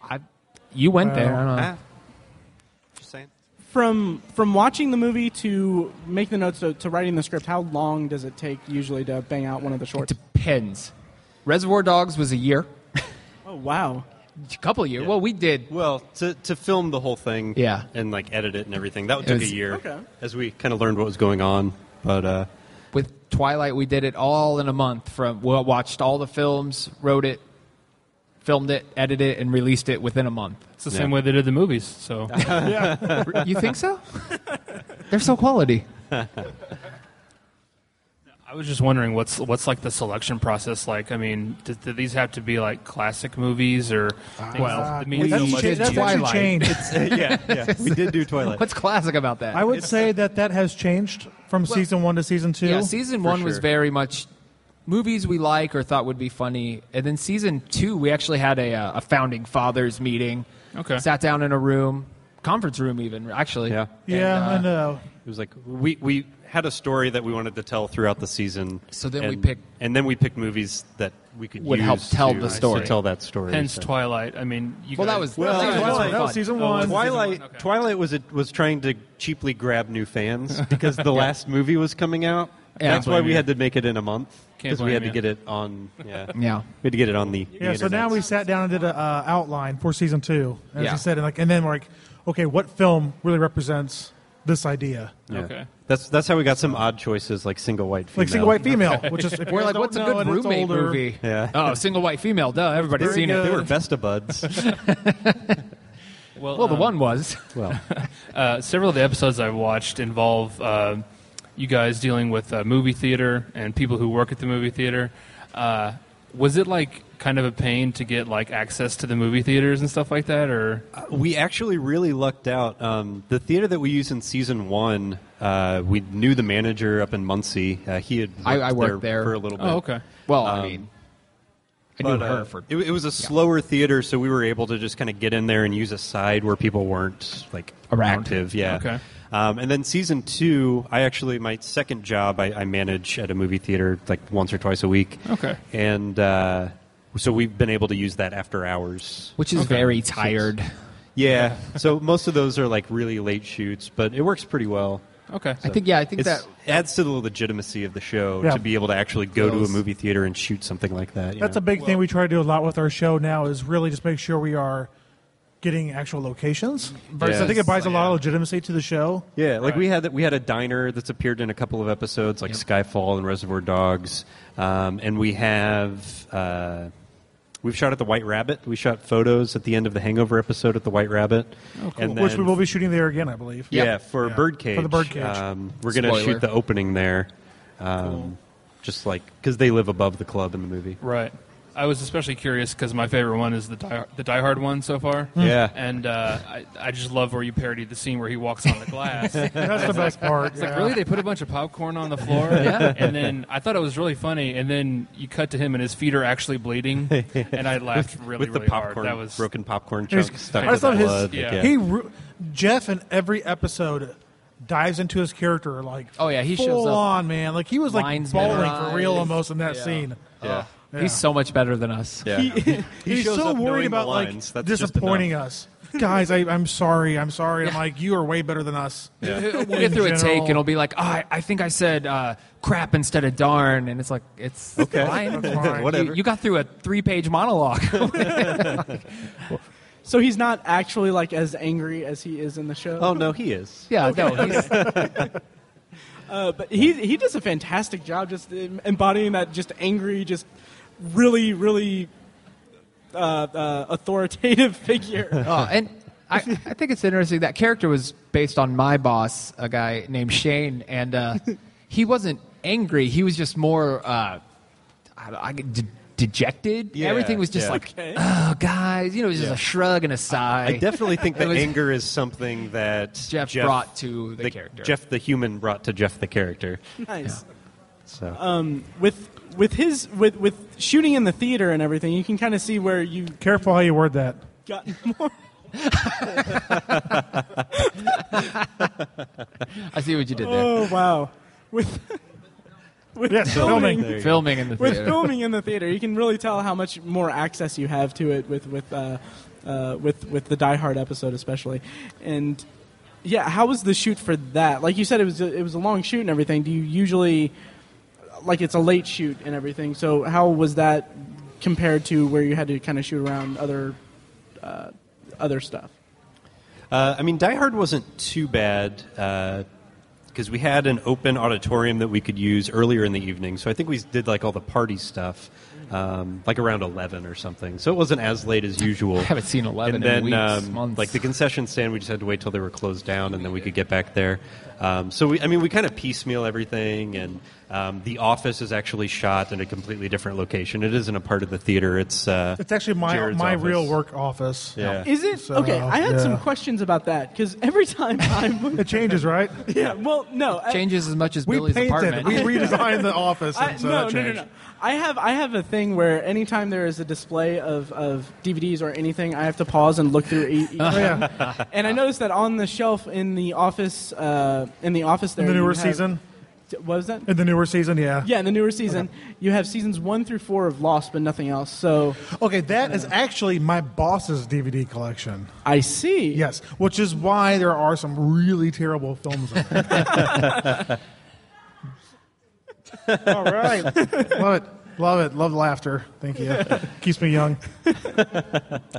Speaker 6: I, you went there. I
Speaker 5: Well,
Speaker 6: don't know.
Speaker 7: Ah. Just saying.
Speaker 8: From from watching the movie to make the notes to, to writing the script, how long does it take usually to bang out one of the
Speaker 6: It
Speaker 8: shorts?
Speaker 6: depends. Reservoir Dogs was a year,
Speaker 8: Oh wow.
Speaker 6: a couple of years. Well, we did
Speaker 7: Well, to, to film the whole thing,
Speaker 6: Yeah.
Speaker 7: and like edit it and everything, that took
Speaker 6: was-
Speaker 7: a year.
Speaker 8: Okay.
Speaker 7: As we kind of learned what was going on, but
Speaker 6: [LAUGHS]
Speaker 7: uh,
Speaker 6: with Twilight, we did it all in a month. From we watched all the films, wrote it, filmed it, edited it, and released it within a month.
Speaker 5: [LAUGHS]
Speaker 9: It's the same way they did the movies. So
Speaker 6: [LAUGHS] you think so? They're so quality.
Speaker 9: I was just wondering what's what's like the selection process like. I mean, do, do these have to be like classic movies or? well, I mean,
Speaker 5: Uh, that's
Speaker 9: so much
Speaker 5: cha-
Speaker 9: is
Speaker 5: that's
Speaker 9: used.
Speaker 5: actually
Speaker 6: Twilight.
Speaker 5: changed.
Speaker 7: yeah, yeah, we did do Twilight.
Speaker 6: What's classic about that?
Speaker 5: I would say that that has changed from season one to season two.
Speaker 6: yeah, season one was
Speaker 7: sure.
Speaker 6: very much movies we like or thought would be funny, and then season two we actually had a, uh, a founding fathers meeting.
Speaker 9: Okay.
Speaker 6: sat down in a room, conference room, even actually.
Speaker 7: Yeah.
Speaker 5: Yeah,
Speaker 6: And, uh,
Speaker 5: I know.
Speaker 7: It was like we we had a story that we wanted to tell throughout the season.
Speaker 6: So then we
Speaker 7: and,
Speaker 6: picked-
Speaker 7: and then we picked movies that we could
Speaker 6: Would
Speaker 7: use
Speaker 6: help tell
Speaker 7: to-
Speaker 6: the story.
Speaker 7: to tell that story.
Speaker 9: Hence
Speaker 7: so.
Speaker 9: Twilight. I mean, you
Speaker 6: Well,
Speaker 9: guys-
Speaker 6: that was
Speaker 7: Well,
Speaker 6: that was
Speaker 7: Twilight-
Speaker 6: fun.
Speaker 5: that was season
Speaker 7: Well,
Speaker 5: one.
Speaker 7: Twilight Twilight was it was trying to cheaply grab new
Speaker 6: [LAUGHS]
Speaker 7: fans because the last movie was coming out.
Speaker 6: Yeah.
Speaker 7: That's why we
Speaker 9: you.
Speaker 7: had to make it in a month
Speaker 9: Can't
Speaker 7: because we
Speaker 9: blame
Speaker 7: had to
Speaker 9: you.
Speaker 7: get it on. Yeah,
Speaker 6: Yeah.
Speaker 7: we had to get it on the. the
Speaker 5: Yeah, so now
Speaker 7: internet.
Speaker 5: we sat down and did an uh, outline for season two, as
Speaker 6: Yeah.
Speaker 5: you said, and like, and then we're like, okay, what film really represents this idea?
Speaker 7: Yeah.
Speaker 9: Okay.
Speaker 7: That's that's how we got some odd choices like single white female.
Speaker 5: Like single white female,
Speaker 7: [LAUGHS]
Speaker 5: which is if you
Speaker 6: We're like,
Speaker 5: don't
Speaker 6: what's a
Speaker 5: know
Speaker 6: good
Speaker 5: and it's
Speaker 6: roommate
Speaker 5: older-
Speaker 6: movie?
Speaker 7: Yeah.
Speaker 6: Oh, single white female. Duh, everybody's
Speaker 5: Very
Speaker 6: seen
Speaker 5: good.
Speaker 7: They
Speaker 6: it.
Speaker 7: were best of
Speaker 9: [LAUGHS]
Speaker 7: buds. Uh,
Speaker 9: Well,
Speaker 6: Well, the
Speaker 9: um,
Speaker 6: one was.
Speaker 7: well,
Speaker 9: Uh, several of the episodes I've watched involve uh, you guys dealing with uh, movie theater and people who work at the movie theater. Uh, was it like kind of a pain to get like access to the movie theaters and stuff like that, or
Speaker 7: we actually really lucked out. Um, the theater that we used in season one, uh, we knew the manager up in Muncie. Uh, he had worked
Speaker 6: I- I worked there.
Speaker 7: for a little bit.
Speaker 9: oh, okay,
Speaker 6: Well, I
Speaker 7: Um,
Speaker 6: mean, I knew
Speaker 7: But,
Speaker 6: her
Speaker 7: uh,
Speaker 6: for.
Speaker 7: it, it was a slower theater, so we were able to just kind of get in there and use a side where people weren't like
Speaker 6: Around.
Speaker 7: active. Yeah.
Speaker 9: Okay.
Speaker 7: Um, and then season two, I actually my second job I, I manage at a movie theater like once or twice a week.
Speaker 9: Okay.
Speaker 7: And uh, so we've been able to use that after hours.
Speaker 6: Which is very tired.
Speaker 7: Yeah. so most of those are like really late shoots, but it works pretty well.
Speaker 9: okay.
Speaker 6: I think yeah. I think
Speaker 7: It
Speaker 6: that
Speaker 7: adds to the legitimacy of the show
Speaker 5: Yeah.
Speaker 7: to be able to actually go to a
Speaker 6: Those-
Speaker 7: movie theater and shoot something like that. you
Speaker 5: That's
Speaker 7: know?
Speaker 5: a big thing we try to do a lot with our show now is really just make sure we are getting actual locations.
Speaker 7: Versus-
Speaker 5: I think it buys a lot of legitimacy to the show.
Speaker 7: Yeah, like we had we had a diner that's appeared in a couple of episodes, like Skyfall and Reservoir Dogs, um, and we have uh, we've shot at the White Rabbit. We shot photos at the end of the Hangover episode at the White Rabbit, and
Speaker 5: Oh, Which we
Speaker 7: then-
Speaker 5: will be shooting there again, I believe.
Speaker 7: yeah,
Speaker 6: Yeah.
Speaker 7: for Birdcage
Speaker 5: For the Birdcage.
Speaker 7: Um, we're gonna
Speaker 6: Spoiler.
Speaker 7: shoot the opening there, um, just like because they live above the club in the movie.
Speaker 9: Right. I was especially curious because my favorite one is the die, the Die Hard one so far.
Speaker 7: Yeah.
Speaker 9: And uh, I, I just love where you parodied the scene where he walks on the glass.
Speaker 5: [LAUGHS]
Speaker 9: It's
Speaker 5: That's the best part.
Speaker 9: like,
Speaker 5: yeah.
Speaker 9: really? They put a bunch of popcorn on the
Speaker 6: [LAUGHS]
Speaker 9: floor? And then I thought it was really funny. And then you cut to him and his feet are actually
Speaker 6: [LAUGHS]
Speaker 9: bleeding. And I laughed really,
Speaker 7: With
Speaker 9: really
Speaker 7: the popcorn,
Speaker 9: hard. That was
Speaker 7: broken popcorn
Speaker 5: He's-
Speaker 7: chunks stuck
Speaker 5: I
Speaker 7: to
Speaker 5: just
Speaker 7: the
Speaker 5: love his-
Speaker 7: blood. like,
Speaker 9: yeah.
Speaker 5: He re- Jeff in every episode dives into his character like
Speaker 6: Oh, yeah, he
Speaker 5: full
Speaker 6: shows up.
Speaker 5: on man like he was like
Speaker 6: Lines
Speaker 5: bawling
Speaker 6: memorized.
Speaker 5: for real almost in that
Speaker 6: Yeah.
Speaker 5: scene.
Speaker 7: yeah.
Speaker 5: Yeah.
Speaker 6: he's so much better than us.
Speaker 7: Yeah.
Speaker 5: [LAUGHS] He-
Speaker 7: He
Speaker 5: he's
Speaker 7: shows
Speaker 5: so
Speaker 7: up knowing
Speaker 5: worried
Speaker 7: the
Speaker 5: about
Speaker 7: lines.
Speaker 5: like
Speaker 7: That's just
Speaker 5: disappointing
Speaker 7: [LAUGHS]
Speaker 5: us, guys. I, I'm sorry. I'm sorry. I'm like you are way better than us.
Speaker 6: [LAUGHS] We'll get through a take
Speaker 5: general.
Speaker 6: and it'll be like, oh, I, I think I said uh, crap instead of darn, and it's like it's
Speaker 7: Okay. [LAUGHS]
Speaker 6: fine.
Speaker 5: That's fine.
Speaker 6: You-
Speaker 7: Whatever.
Speaker 6: You, got through a three-page monologue.
Speaker 8: So he's not actually like as angry as he is in the show.
Speaker 7: Oh no, he is.
Speaker 6: [LAUGHS] yeah, no, he's,
Speaker 8: Uh, but he he does a fantastic job just em- embodying that just angry, just really really uh, uh, authoritative [LAUGHS] figure.
Speaker 6: Oh, and I, I think it's interesting that character was based on my boss, a guy named Shane, and
Speaker 7: [LAUGHS]
Speaker 6: uh, he wasn't angry. He was just more, uh, I, don't- I de- dejected.
Speaker 7: Yeah,
Speaker 6: Everything was just
Speaker 7: yeah.
Speaker 6: like,
Speaker 8: Okay.
Speaker 6: oh, guys, you know, it was just a shrug and a sigh.
Speaker 7: I definitely
Speaker 6: [LAUGHS]
Speaker 7: think that
Speaker 6: was-
Speaker 7: anger is something that
Speaker 6: Jeff brought to the character.
Speaker 7: Jeff the human brought to Jeff the character.
Speaker 8: nice.
Speaker 7: So
Speaker 8: With with his with with shooting in the theater and everything, you can kind of see where you
Speaker 5: Careful how you word that.
Speaker 8: got more.
Speaker 6: I see what you did there.
Speaker 8: Oh wow! With with
Speaker 5: Yes, filming.
Speaker 8: filming
Speaker 6: Filming in the
Speaker 8: with
Speaker 6: theater.
Speaker 8: filming in the theater, you can really tell how much more access you have to it with with uh, uh, with with the Die Hard episode, especially. And yeah, how was the shoot for that? Like you said, it was a, it was a long shoot and everything. Do you usually like it's a late shoot and everything? So how was that compared to where you had to kind of shoot around other uh, other stuff?
Speaker 7: Uh, I mean, Die Hard wasn't too bad because we had an open auditorium that we could use earlier in the evening. So I think we did like all the party stuff, um, like around eleven or something. So it wasn't as late as usual.
Speaker 6: [LAUGHS]
Speaker 7: I
Speaker 6: haven't seen 11
Speaker 7: And
Speaker 6: in
Speaker 7: then,
Speaker 6: weeks,
Speaker 7: um,
Speaker 6: months.
Speaker 7: like the concession stand, we just had to wait till they were closed down, and then we could get back there. Um, so we, I mean, we kind of piecemeal everything, and Um, the office is actually shot in a completely different location. It isn't a part of the theater. It's [LAUGHS] uh,
Speaker 5: It's actually my
Speaker 7: Jared's
Speaker 5: my
Speaker 7: office.
Speaker 5: real work office.
Speaker 7: Yeah.
Speaker 8: Is it
Speaker 5: So,
Speaker 8: okay? I had some
Speaker 5: yeah.
Speaker 8: questions about that because every
Speaker 5: [LAUGHS]
Speaker 8: time I'm
Speaker 5: It changes,
Speaker 8: [LAUGHS]
Speaker 5: right?
Speaker 8: yeah, well, no, I-
Speaker 6: Changes as much as
Speaker 5: We
Speaker 6: Billy's
Speaker 5: painted.
Speaker 6: apartment.
Speaker 5: We redesigned
Speaker 8: [LAUGHS]
Speaker 5: the office.
Speaker 8: I,
Speaker 5: And so
Speaker 8: no,
Speaker 5: that
Speaker 8: no, no,
Speaker 5: changed.
Speaker 8: no. I have I have a thing where anytime there is a display of, of DVDs or anything, I have to pause and look through each.
Speaker 5: [LAUGHS] Oh, yeah.
Speaker 8: [LAUGHS] And I noticed that on the shelf in the office, uh, in the office there,
Speaker 5: In the
Speaker 8: you
Speaker 5: newer
Speaker 8: have-
Speaker 5: season.
Speaker 8: What was that?
Speaker 5: In the newer season, yeah.
Speaker 8: Yeah, in the newer season, you have seasons one through four of Lost, but nothing else. So
Speaker 5: Okay, that is actually my boss's DVD collection.
Speaker 8: I see.
Speaker 5: Yes, which is why there are some really terrible films. In there. [LAUGHS] All right, love it, love it, love laughter.
Speaker 7: [LAUGHS]
Speaker 5: Thank you, keeps me young. but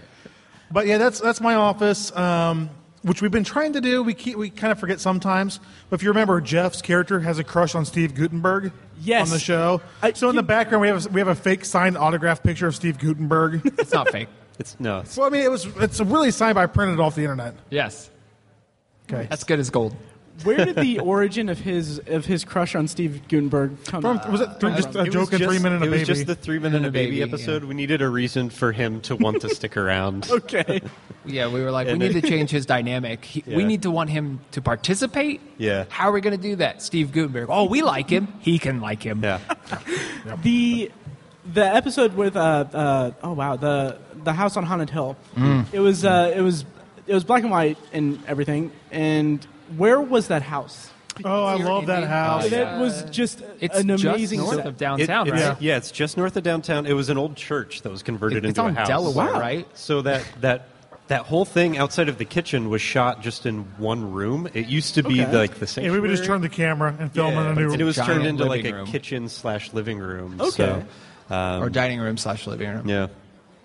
Speaker 5: yeah, that's that's my office, um, which we've been trying to do. We keep, we kind of forget sometimes. But if you remember, Jeff's character has a crush on Steve Gutenberg.
Speaker 8: Yes.
Speaker 5: on the show.
Speaker 8: I-
Speaker 5: so in the
Speaker 8: you-
Speaker 5: background, we have a, we have a fake signed autograph picture of
Speaker 7: [LAUGHS]
Speaker 5: Steve Gutenberg.
Speaker 6: it's not fake.
Speaker 7: it's no. It's,
Speaker 5: well, I mean, it was it's really signed, but I printed it off the internet.
Speaker 6: Yes.
Speaker 5: Okay.
Speaker 6: That's good as gold.
Speaker 8: Where did the origin of his of his crush on Steve Gutenberg come
Speaker 5: From,
Speaker 8: from?
Speaker 5: was it through just a
Speaker 7: It was
Speaker 5: joke and
Speaker 7: just-
Speaker 5: three minute
Speaker 7: It
Speaker 5: a baby?
Speaker 7: was just the three minute
Speaker 6: And
Speaker 7: a
Speaker 6: a
Speaker 7: baby,
Speaker 6: baby,
Speaker 7: episode.
Speaker 6: yeah.
Speaker 7: We needed a reason for him to want to stick around.
Speaker 8: okay. [LAUGHS]
Speaker 6: Yeah, we were like, we
Speaker 7: And
Speaker 6: need to
Speaker 7: it-
Speaker 6: change his dynamic. He, We
Speaker 7: Yeah.
Speaker 6: need to want him to participate.
Speaker 7: Yeah.
Speaker 6: How are we going to do that? Steve Gutenberg. Oh, we like him. He can like him.
Speaker 7: Yeah,
Speaker 8: the the episode with uh, uh oh wow the the house on haunted hill
Speaker 6: Mm.
Speaker 8: it was uh it was it was black and white and everything and where was that house
Speaker 5: oh, I love that house.
Speaker 7: Oh,
Speaker 8: that was just
Speaker 6: It's
Speaker 8: an
Speaker 6: just
Speaker 8: amazing
Speaker 6: north
Speaker 8: set.
Speaker 6: of downtown,
Speaker 7: It-
Speaker 6: right?
Speaker 7: it's, Yeah, it's just north of downtown. It was an old church that was converted
Speaker 6: It- it's
Speaker 7: into a
Speaker 6: on
Speaker 7: house.
Speaker 6: Delaware,
Speaker 8: Wow.
Speaker 6: right?
Speaker 7: So that that that whole thing outside of the kitchen was shot just in one room. It used to be
Speaker 8: Okay.
Speaker 7: like the same.
Speaker 5: Yeah, we would just turn the camera and film in a new.
Speaker 7: and it was
Speaker 6: Giant
Speaker 7: turned into like
Speaker 6: living
Speaker 7: a
Speaker 6: room.
Speaker 7: kitchen slash living room.
Speaker 8: Okay.
Speaker 7: So, um,
Speaker 6: Or dining room slash living room.
Speaker 7: yeah,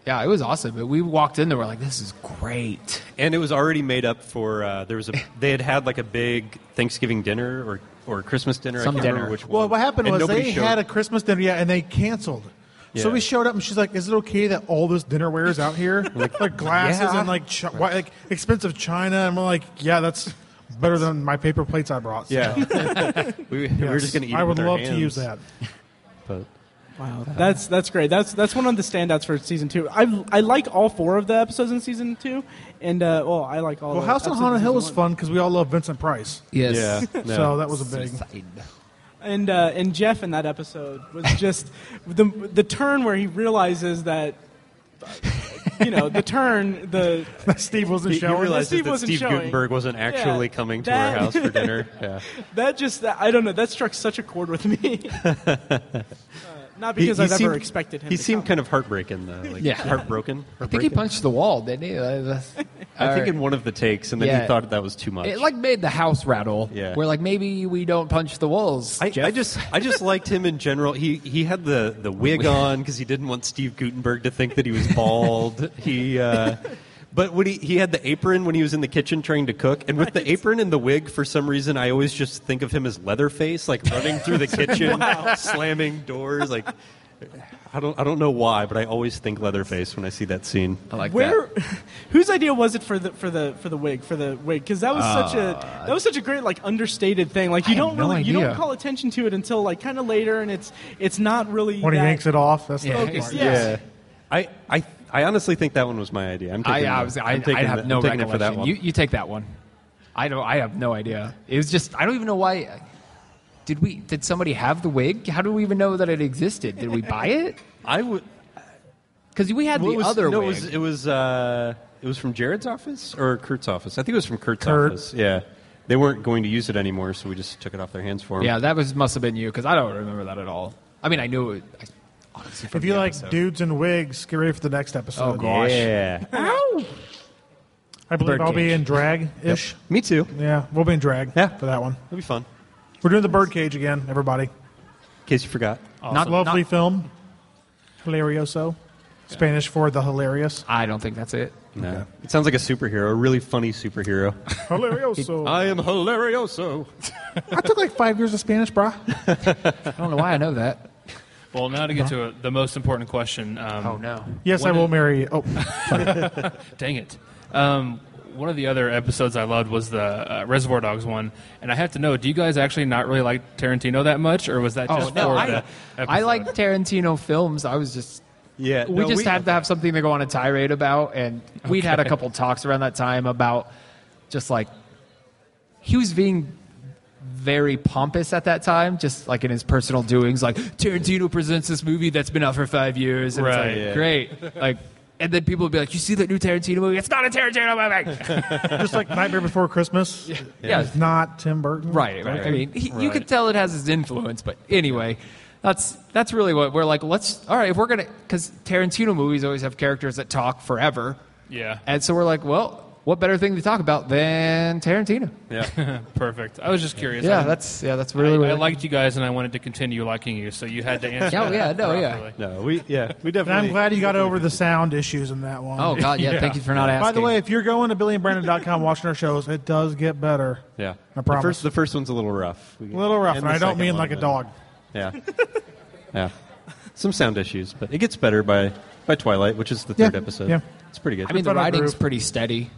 Speaker 6: Yeah, it was awesome. But we walked in there, we're like, this is great.
Speaker 7: and it was already made up for. Uh, there was a they had had like a big Thanksgiving dinner or or Christmas dinner.
Speaker 6: Some
Speaker 7: I can't
Speaker 6: dinner.
Speaker 7: remember which
Speaker 5: well,
Speaker 7: one.
Speaker 5: what happened
Speaker 7: And
Speaker 5: was
Speaker 7: nobody
Speaker 5: they
Speaker 7: showed-
Speaker 5: had a Christmas dinner, yeah, and they canceled. So
Speaker 7: Yeah.
Speaker 5: we showed up, and she's like, "Is it okay that all this dinnerware is
Speaker 7: [LAUGHS]
Speaker 5: out here, like, glasses
Speaker 7: yeah.
Speaker 5: and like chi- why, like expensive china?" And we're like, "Yeah, that's better than my paper plates I brought." So,
Speaker 7: [LAUGHS]
Speaker 5: [LAUGHS]
Speaker 7: Yeah, we, we were
Speaker 5: yes,
Speaker 7: just going to eat.
Speaker 5: I
Speaker 7: it
Speaker 5: would
Speaker 7: with our
Speaker 5: love to
Speaker 7: hands,
Speaker 5: use that.
Speaker 7: But
Speaker 8: wow that's that's great that's that's one of the standouts for season two i i like all four of the episodes in season two and uh well i like all
Speaker 5: Well,
Speaker 8: the
Speaker 5: House on
Speaker 8: episodes
Speaker 5: Haunted
Speaker 8: in
Speaker 5: Hill was
Speaker 8: season
Speaker 5: fun because we all love Vincent Price,
Speaker 6: Yes.
Speaker 7: yeah, no.
Speaker 5: so that was a big.
Speaker 8: one. and uh and jeff in that episode
Speaker 5: [LAUGHS]
Speaker 8: was just the the turn where he realizes that uh, you know the turn the
Speaker 5: [LAUGHS] Steve wasn't
Speaker 7: He, he
Speaker 5: showering.
Speaker 7: realizes
Speaker 8: Steve
Speaker 7: that
Speaker 8: wasn't
Speaker 7: Steve
Speaker 8: showing.
Speaker 7: Gutenberg wasn't actually
Speaker 8: Yeah,
Speaker 7: coming to
Speaker 8: that-
Speaker 7: our house for
Speaker 8: [LAUGHS]
Speaker 7: dinner. Yeah.
Speaker 8: That just, that, I don't know, that struck such a chord with me. [LAUGHS] uh, not because I've ever expected him
Speaker 7: He
Speaker 8: to
Speaker 7: seemed
Speaker 8: come.
Speaker 7: kind of heartbreaking, though. Like,
Speaker 6: Yeah.
Speaker 7: heartbroken.
Speaker 6: I think he punched the wall, didn't he? Uh, that's-
Speaker 7: [LAUGHS] I think
Speaker 6: or-
Speaker 7: in one of the takes, and then
Speaker 6: Yeah.
Speaker 7: he thought that was too much.
Speaker 6: it like made the house rattle.
Speaker 7: Yeah.
Speaker 6: We're like, maybe we don't punch the walls.
Speaker 7: I,
Speaker 6: Jeff.
Speaker 7: I just, I just liked him in general. He he had the, the
Speaker 6: [LAUGHS]
Speaker 7: wig on because he didn't want Steve Gutenberg to think that he was bald. he, uh, but when he he had the apron when he was in the kitchen trying to cook, and with the apron and the wig, for some reason, I always just think of him as Leatherface, like running through
Speaker 6: [LAUGHS]
Speaker 7: the kitchen, slamming doors. Like, I don't, I don't know why, but I always think Leatherface when I see that scene.
Speaker 6: I like
Speaker 8: Where,
Speaker 6: that.
Speaker 8: [LAUGHS] whose idea was it for the for the for the wig for the wig? Because that was such a that was such a great like understated thing. Like you
Speaker 6: Uh, I have
Speaker 8: don't
Speaker 6: no
Speaker 8: really you don't
Speaker 6: idea.
Speaker 8: call attention to it until like kind of later, and it's it's not really
Speaker 5: when he
Speaker 8: that-
Speaker 5: yanks it off, that's
Speaker 6: Yeah.
Speaker 5: the
Speaker 8: Focus,
Speaker 6: Yeah.
Speaker 8: yes.
Speaker 7: I, I, I honestly think that one was my idea. I'm
Speaker 6: I,
Speaker 7: taking
Speaker 6: I
Speaker 7: the-
Speaker 6: was,
Speaker 7: I'm
Speaker 6: I, I
Speaker 7: taking
Speaker 6: have
Speaker 7: the-
Speaker 6: no
Speaker 7: I'm taking it
Speaker 6: recollection.
Speaker 7: for that one.
Speaker 6: You, you take that one. I don't. I have no idea. It was just. I don't even know why. Did we? Did somebody have the wig? How do we even know that it existed? Did we buy it?
Speaker 7: I would.
Speaker 6: Because we had
Speaker 7: Well,
Speaker 6: the
Speaker 7: it was,
Speaker 6: other
Speaker 7: no,
Speaker 6: wig.
Speaker 7: It was it was, uh, it was from Jared's office or Kurt's office. I think it was from Kurt's
Speaker 5: Kurt.
Speaker 7: office. Yeah, they weren't going to use it anymore, so we just took it off their hands for him.
Speaker 6: yeah, that was must have been you because I don't remember that at all. I mean, I knew it. I, honestly, from
Speaker 5: If you
Speaker 6: the
Speaker 5: like
Speaker 6: episode.
Speaker 5: dudes in wigs, get ready for the next
Speaker 6: oh
Speaker 5: episode.
Speaker 6: gosh,
Speaker 7: Yeah.
Speaker 5: I believe I'll be
Speaker 6: Birdcage.
Speaker 5: in drag ish.
Speaker 7: Me too.
Speaker 5: Yeah, we'll be in drag
Speaker 7: Yeah.
Speaker 5: for that one.
Speaker 7: It'll be fun. In
Speaker 5: We're doing the birdcage again, everybody.
Speaker 7: case you forgot.
Speaker 6: Not-
Speaker 5: Lovely
Speaker 6: not-
Speaker 5: film. Hilarioso. Spanish for the hilarious.
Speaker 6: I don't think that's it.
Speaker 7: No. It sounds like a superhero, a really funny
Speaker 5: [LAUGHS]
Speaker 7: superhero.
Speaker 5: Hilarioso.
Speaker 6: [LAUGHS]
Speaker 7: I am hilarioso.
Speaker 5: I took like five years of Spanish, brah.
Speaker 6: I don't know why I know that.
Speaker 9: Well, now to get to a, the most important question. Um,
Speaker 6: Uh-huh. Oh no.
Speaker 5: Yes,
Speaker 9: When
Speaker 5: I will
Speaker 9: did-
Speaker 5: marry. Oh,
Speaker 9: Dang it. Um, one of the other episodes I loved was the uh, Reservoir Dogs one, and I have to know, do you guys actually not really like Tarantino that much, or was that
Speaker 6: Oh
Speaker 9: just
Speaker 6: no,
Speaker 9: for
Speaker 6: I,
Speaker 9: the?
Speaker 6: I
Speaker 9: episode?
Speaker 6: like Tarantino films. I was just
Speaker 7: Yeah,
Speaker 6: we
Speaker 7: no,
Speaker 6: just had to have something to go on a tirade about, and we'd had a
Speaker 9: Okay.
Speaker 6: couple talks around that time about just like he was being very pompous at that time, just like in his personal doings, like Tarantino presents this movie that's been out for five years, and
Speaker 9: Right,
Speaker 6: it's
Speaker 9: yeah.
Speaker 6: like, great, like. And then people would be like, "You see that new Tarantino movie? It's not a Tarantino movie."
Speaker 5: Just like Nightmare Before
Speaker 6: [LAUGHS]
Speaker 5: Christmas. Yeah. It's not Tim Burton.
Speaker 6: Right, right. I mean, he, you could tell it has his influence, but anyway, that's that's really what we're like. Let's all right. If we're gonna, because Tarantino movies always have characters that talk forever,
Speaker 9: Yeah,
Speaker 6: and so we're like, well, what better thing to talk about than Tarantino?
Speaker 9: perfect. I was just curious.
Speaker 6: Yeah,
Speaker 9: I-
Speaker 6: that's yeah, that's
Speaker 9: I,
Speaker 6: really.
Speaker 9: I liked you guys, and I wanted to continue liking you, so you
Speaker 6: [LAUGHS]
Speaker 9: had to answer.
Speaker 6: Yeah, Oh, yeah,
Speaker 9: that
Speaker 6: no, yeah.
Speaker 9: properly.
Speaker 7: No, we yeah, we
Speaker 5: And
Speaker 7: definitely.
Speaker 5: I'm glad you got over the sound issues in that one.
Speaker 6: Oh God, [LAUGHS] yeah. Thank you for not asking.
Speaker 5: By the way, if you're going to BillyandBrandon.com watching our shows, it does get better.
Speaker 7: Yeah,
Speaker 5: I
Speaker 7: the
Speaker 5: promise.
Speaker 7: first the first one's a little rough. We-
Speaker 5: A little rough, and,
Speaker 7: the
Speaker 5: I don't
Speaker 7: second
Speaker 5: mean
Speaker 7: one,
Speaker 5: like a
Speaker 7: but-
Speaker 5: dog.
Speaker 7: Yeah, yeah, some sound issues, but it gets better by by Twilight, which is the
Speaker 5: Yeah,
Speaker 7: third episode.
Speaker 5: yeah.
Speaker 7: it's pretty good.
Speaker 6: I mean, the
Speaker 5: Put on
Speaker 6: writing's
Speaker 5: groove.
Speaker 6: pretty steady,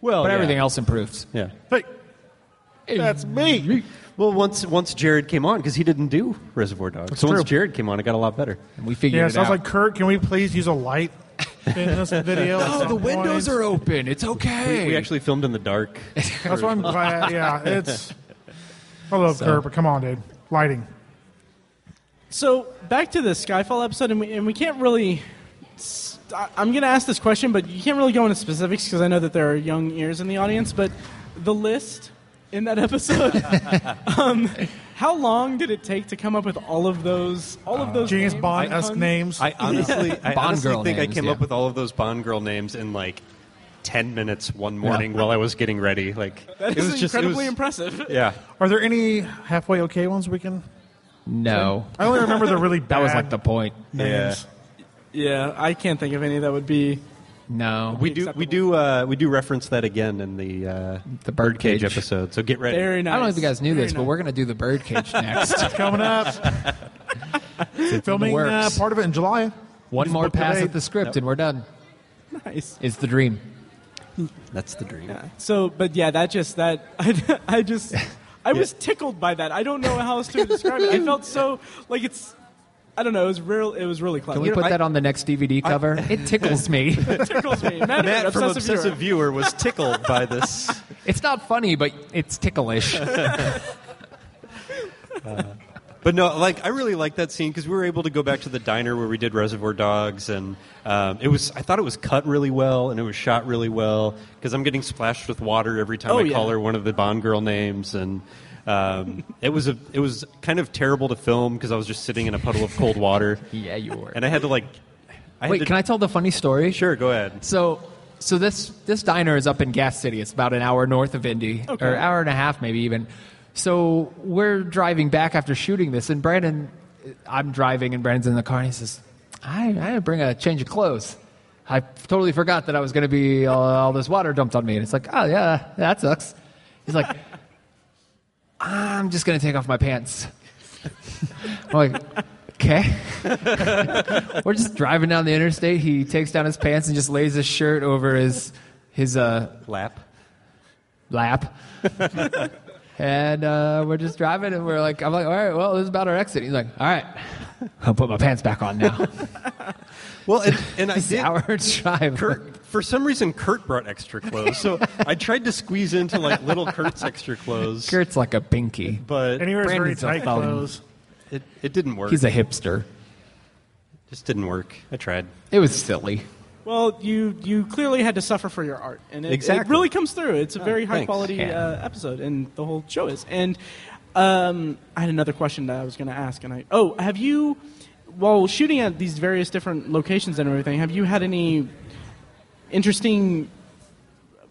Speaker 7: well,
Speaker 6: but
Speaker 7: yeah.
Speaker 6: everything else improves.
Speaker 7: Yeah.
Speaker 5: Hey, that's me.
Speaker 7: Well, once once Jared came on because he didn't do Reservoir Dogs, so
Speaker 5: true.
Speaker 7: once Jared came on, it got a lot better.
Speaker 6: And we figured
Speaker 5: Yeah,
Speaker 6: it
Speaker 5: so I was
Speaker 6: out.
Speaker 5: like, Kurt, can we please use a
Speaker 6: [LAUGHS]
Speaker 5: light in this video? at
Speaker 6: oh,
Speaker 5: some
Speaker 6: the windows
Speaker 5: point?"
Speaker 6: are open. It's okay.
Speaker 7: We actually filmed in the dark.
Speaker 5: That's why I'm glad. Yeah, it's. I love Kurt, but come on, dude. Lighting.
Speaker 8: So back to the Skyfall episode, and we, and we can't really. I- I'm going to ask this question, but you can't really go into specifics because I know that there are young ears in the audience. But the list in that [LAUGHS] episode,
Speaker 5: [LAUGHS]
Speaker 8: um, how long did it take to come up with all of those? All of those
Speaker 5: Uh, James
Speaker 8: names,
Speaker 5: Bond esque
Speaker 8: icons?
Speaker 5: names.
Speaker 7: I honestly, I
Speaker 6: Bond
Speaker 7: honestly
Speaker 6: girl
Speaker 7: think
Speaker 6: names,
Speaker 7: I came
Speaker 6: yeah.
Speaker 7: up with all of those Bond girl names in like ten minutes one morning while I was getting ready. Like
Speaker 8: That
Speaker 7: it
Speaker 8: is
Speaker 7: was just it
Speaker 8: incredibly
Speaker 7: was-
Speaker 8: impressive.
Speaker 7: Yeah,
Speaker 5: Are there any halfway okay ones we can?
Speaker 6: no,
Speaker 5: I only remember the really bad
Speaker 6: [LAUGHS] that was like the point.
Speaker 5: names.
Speaker 8: Yeah, I can't think of any that would be.
Speaker 6: No,
Speaker 7: we do we do uh, we do reference that again in the uh,
Speaker 6: the birdcage
Speaker 7: cage episode. So get ready.
Speaker 8: Very nice.
Speaker 6: I don't know if you guys knew this, but we're gonna do the [LAUGHS] birdcage next.
Speaker 5: Coming
Speaker 6: [LAUGHS]
Speaker 5: up. Filming uh,
Speaker 6: works.
Speaker 5: part of it in July.
Speaker 6: One more
Speaker 5: booked the
Speaker 6: pass
Speaker 5: date.
Speaker 6: at the script and we're done.
Speaker 8: gonna nice.
Speaker 6: It's the dream.
Speaker 7: That's the dream.
Speaker 8: So, but yeah, that just that [LAUGHS] I, I just I was tickled by that. I don't know how else to describe it. I felt so like it's I don't know. It was real. It was really clever.
Speaker 6: Can we put that on the next DVD cover? it tickles me.
Speaker 8: it tickles me. Matt,
Speaker 7: Matt from
Speaker 8: obsessive,
Speaker 7: Obsessive
Speaker 8: Viewer.
Speaker 7: Viewer was tickled by this.
Speaker 6: [LAUGHS] it's not funny, but it's ticklish.
Speaker 7: But no, like I really like that scene because we were able to go back to the diner where we did Reservoir Dogs, and um, it was I thought it was cut really well and it was shot really well because I'm getting splashed with water every time
Speaker 8: Oh,
Speaker 7: I
Speaker 8: yeah.
Speaker 7: call her one of the Bond girl names, and um, [LAUGHS] it was a it was kind of terrible to film because I was just sitting in a puddle of cold water,
Speaker 6: [LAUGHS] yeah, you were.
Speaker 7: and I had to like. I
Speaker 6: Wait,
Speaker 7: had to,
Speaker 6: can I tell the funny story?
Speaker 7: [LAUGHS] Sure, go ahead.
Speaker 6: So, so this this diner is up in Gas City. It's about an hour north of Indy, or hour and a half, maybe even. So we're driving back after shooting this, and Brandon, I'm driving, and Brandon's in the car, and he says, "I I didn't bring a change of clothes. I totally forgot that I was going to be all, all this water dumped on me." And it's like, "Oh yeah, that sucks." He's like, "I'm just going to take off my pants." I'm like, okay. We're just driving down the interstate. He takes down his pants and just lays his shirt over his his uh,
Speaker 7: Lap.
Speaker 6: lap.
Speaker 7: [LAUGHS]
Speaker 6: and uh, we're just driving, and we're like, I'm like, all right, well, this is about our exit. He's like, all right, I'll put my pants back on now.
Speaker 7: Well, and, and [LAUGHS] I
Speaker 6: [LAUGHS] It's
Speaker 7: did.
Speaker 6: an hour drive.
Speaker 7: Kurt, for some reason, Kurt brought extra clothes, so I tried to squeeze into like little
Speaker 6: [LAUGHS]
Speaker 7: Kurt's extra clothes,
Speaker 6: Kurt's like a pinky.
Speaker 7: but
Speaker 5: And he wears very
Speaker 6: Brandon's a
Speaker 5: tight
Speaker 6: thumb.
Speaker 5: clothes.
Speaker 7: it, it didn't work.
Speaker 6: He's a hipster.
Speaker 7: Just didn't work. I tried.
Speaker 6: It was silly.
Speaker 8: Well, you you clearly had to suffer for your art, and it, it
Speaker 7: Exactly.
Speaker 8: really comes through. It's a very high
Speaker 7: thanks.
Speaker 8: quality
Speaker 6: Oh, Yeah.
Speaker 8: uh, episode, and the whole show is. And um, I had another question that I was going to ask, and I oh, have you while shooting at these various different locations and everything, have you had any interesting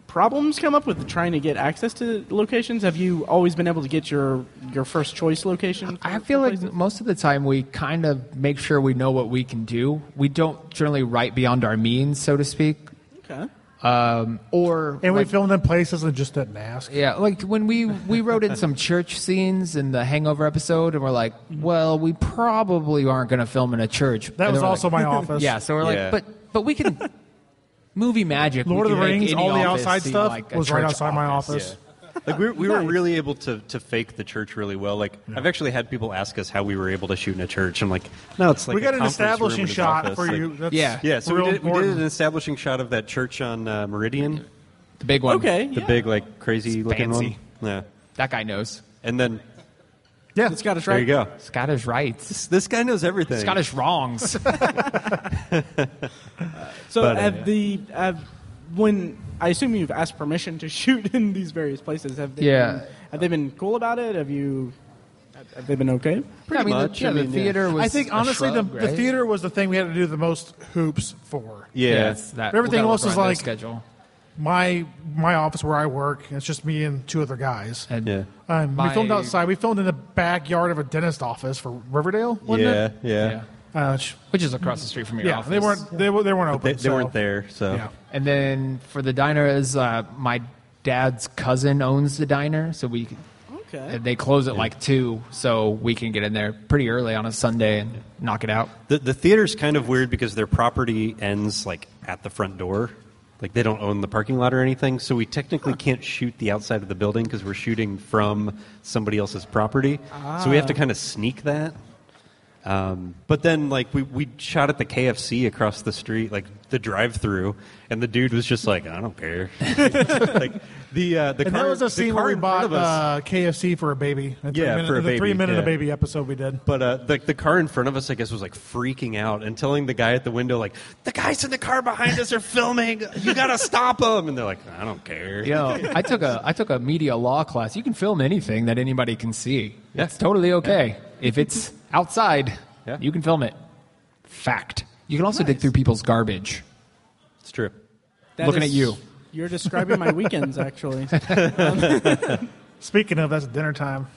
Speaker 8: problems come up with trying to get access to locations? Have you always been able to get your your first choice location?
Speaker 6: I
Speaker 8: for-
Speaker 6: feel
Speaker 8: for
Speaker 6: like
Speaker 8: places?
Speaker 6: most of the time we kind of make sure we know what we can do. We don't generally write beyond our means, so to speak.
Speaker 8: okay.
Speaker 6: Um, or
Speaker 5: And
Speaker 6: like-
Speaker 5: we filmed in places and just didn't ask.
Speaker 6: Yeah, like when we we wrote in some church scenes in the Hangover episode, and we're like, well, we probably aren't going to film in a church.
Speaker 5: That
Speaker 6: And
Speaker 5: was
Speaker 6: [LAUGHS] they were
Speaker 5: also
Speaker 6: like-
Speaker 5: my office.
Speaker 6: yeah. So we're
Speaker 7: Yeah.
Speaker 6: like, but but we can movie magic.
Speaker 5: Lord
Speaker 6: we
Speaker 5: of the
Speaker 6: can make
Speaker 5: Rings,
Speaker 6: any
Speaker 5: all the
Speaker 6: office
Speaker 5: outside
Speaker 6: seem
Speaker 5: stuff
Speaker 6: like a
Speaker 5: was right
Speaker 6: church
Speaker 5: outside my office.
Speaker 7: Like we, we were really able to, to fake the church really well. Like I've actually had people ask us how we were able to shoot in a church. I'm like, no, it's like
Speaker 5: we
Speaker 7: a
Speaker 5: got an
Speaker 7: conference room
Speaker 5: establishing
Speaker 7: in his
Speaker 5: shot
Speaker 7: office.
Speaker 5: for
Speaker 7: Like-
Speaker 5: you. That's
Speaker 6: Yeah.
Speaker 7: Yeah, so we did,
Speaker 5: real
Speaker 7: we did
Speaker 5: important.
Speaker 7: an establishing shot of that church on uh, Meridian,
Speaker 6: The big one.
Speaker 8: Okay.
Speaker 7: the
Speaker 8: yeah.
Speaker 7: big like crazy looking
Speaker 6: fancy.
Speaker 7: one. Yeah,
Speaker 6: That guy knows.
Speaker 7: and then
Speaker 5: Yeah,
Speaker 8: It's got us
Speaker 7: there
Speaker 8: right.
Speaker 7: you go.
Speaker 6: Scottish rights.
Speaker 7: This guy knows everything. [LAUGHS]
Speaker 6: Scottish [LAUGHS] wrongs.
Speaker 8: So
Speaker 7: But, uh,
Speaker 8: have the have, when I assume you've asked permission to [LAUGHS] shoot in these various places, have they?
Speaker 6: Yeah.
Speaker 8: Been, have they been cool about it? Have you? have- Have they been okay?
Speaker 6: Pretty I mean,
Speaker 7: much,
Speaker 6: The, yeah,
Speaker 7: I mean,
Speaker 6: the
Speaker 7: yeah.
Speaker 6: theater was.
Speaker 5: I think
Speaker 6: a
Speaker 5: honestly,
Speaker 6: shrug,
Speaker 5: the, the
Speaker 6: right?
Speaker 5: theater was the thing we had to do the most hoops for.
Speaker 7: Yeah,
Speaker 6: Yes, that,
Speaker 5: But everything
Speaker 6: we gotta
Speaker 5: else
Speaker 6: work
Speaker 5: is
Speaker 6: around their
Speaker 5: like-
Speaker 6: schedule.
Speaker 5: My my office where I work, it's just me and two other guys.
Speaker 6: And
Speaker 7: yeah,
Speaker 5: Um, we
Speaker 6: my-
Speaker 5: filmed outside. We filmed in the backyard of a dentist office for Riverdale.
Speaker 7: yeah,
Speaker 5: Wasn't
Speaker 7: yeah.
Speaker 5: It? Uh, which-
Speaker 6: which is across the street from your
Speaker 5: yeah,
Speaker 6: office.
Speaker 5: they weren't they, were- they weren't open.
Speaker 7: They, they
Speaker 5: so-
Speaker 7: weren't there, so
Speaker 5: Yeah.
Speaker 6: And then for the diner is uh, my dad's cousin owns the diner, so we
Speaker 8: Okay.
Speaker 6: and they close at like two, so we can get in there pretty early on a Sunday and knock it out.
Speaker 7: the the theater's kind of weird because their property ends like at the front door. Like they don't own the parking lot or anything, so we technically can't shoot the outside of the building because we're shooting from somebody else's property. So we have to kind of sneak that. Um, but then, like we, we shot at the KFC across the street, like the drive-through, and the dude was just like, "I don't care." [LAUGHS] like the uh, the
Speaker 5: And
Speaker 7: car,
Speaker 5: that was
Speaker 7: the
Speaker 5: a scene
Speaker 7: car
Speaker 5: where we
Speaker 7: in front
Speaker 5: bought
Speaker 7: of us-
Speaker 5: uh, KFC for a baby. A
Speaker 7: Yeah,
Speaker 5: minute,
Speaker 7: for a
Speaker 5: the three
Speaker 7: baby,
Speaker 5: minute
Speaker 7: yeah.
Speaker 5: a baby episode we did.
Speaker 7: But uh, the, the car in front of us, I guess, was like freaking out and telling the guy at the window, like, the guys in the car behind us are filming. You got to stop them. And they're like, I don't care.
Speaker 6: Yo, I took a I took a media law class. You can film anything that anybody can see. That's totally okay. If it's outside,
Speaker 7: Yeah.
Speaker 6: you can film it. Fact. You can also dig through people's garbage.
Speaker 7: It's true.
Speaker 8: That
Speaker 6: looking
Speaker 8: is-
Speaker 6: at you.
Speaker 8: You're describing my
Speaker 6: [LAUGHS]
Speaker 8: weekends, actually.
Speaker 5: Speaking of, that's dinner time.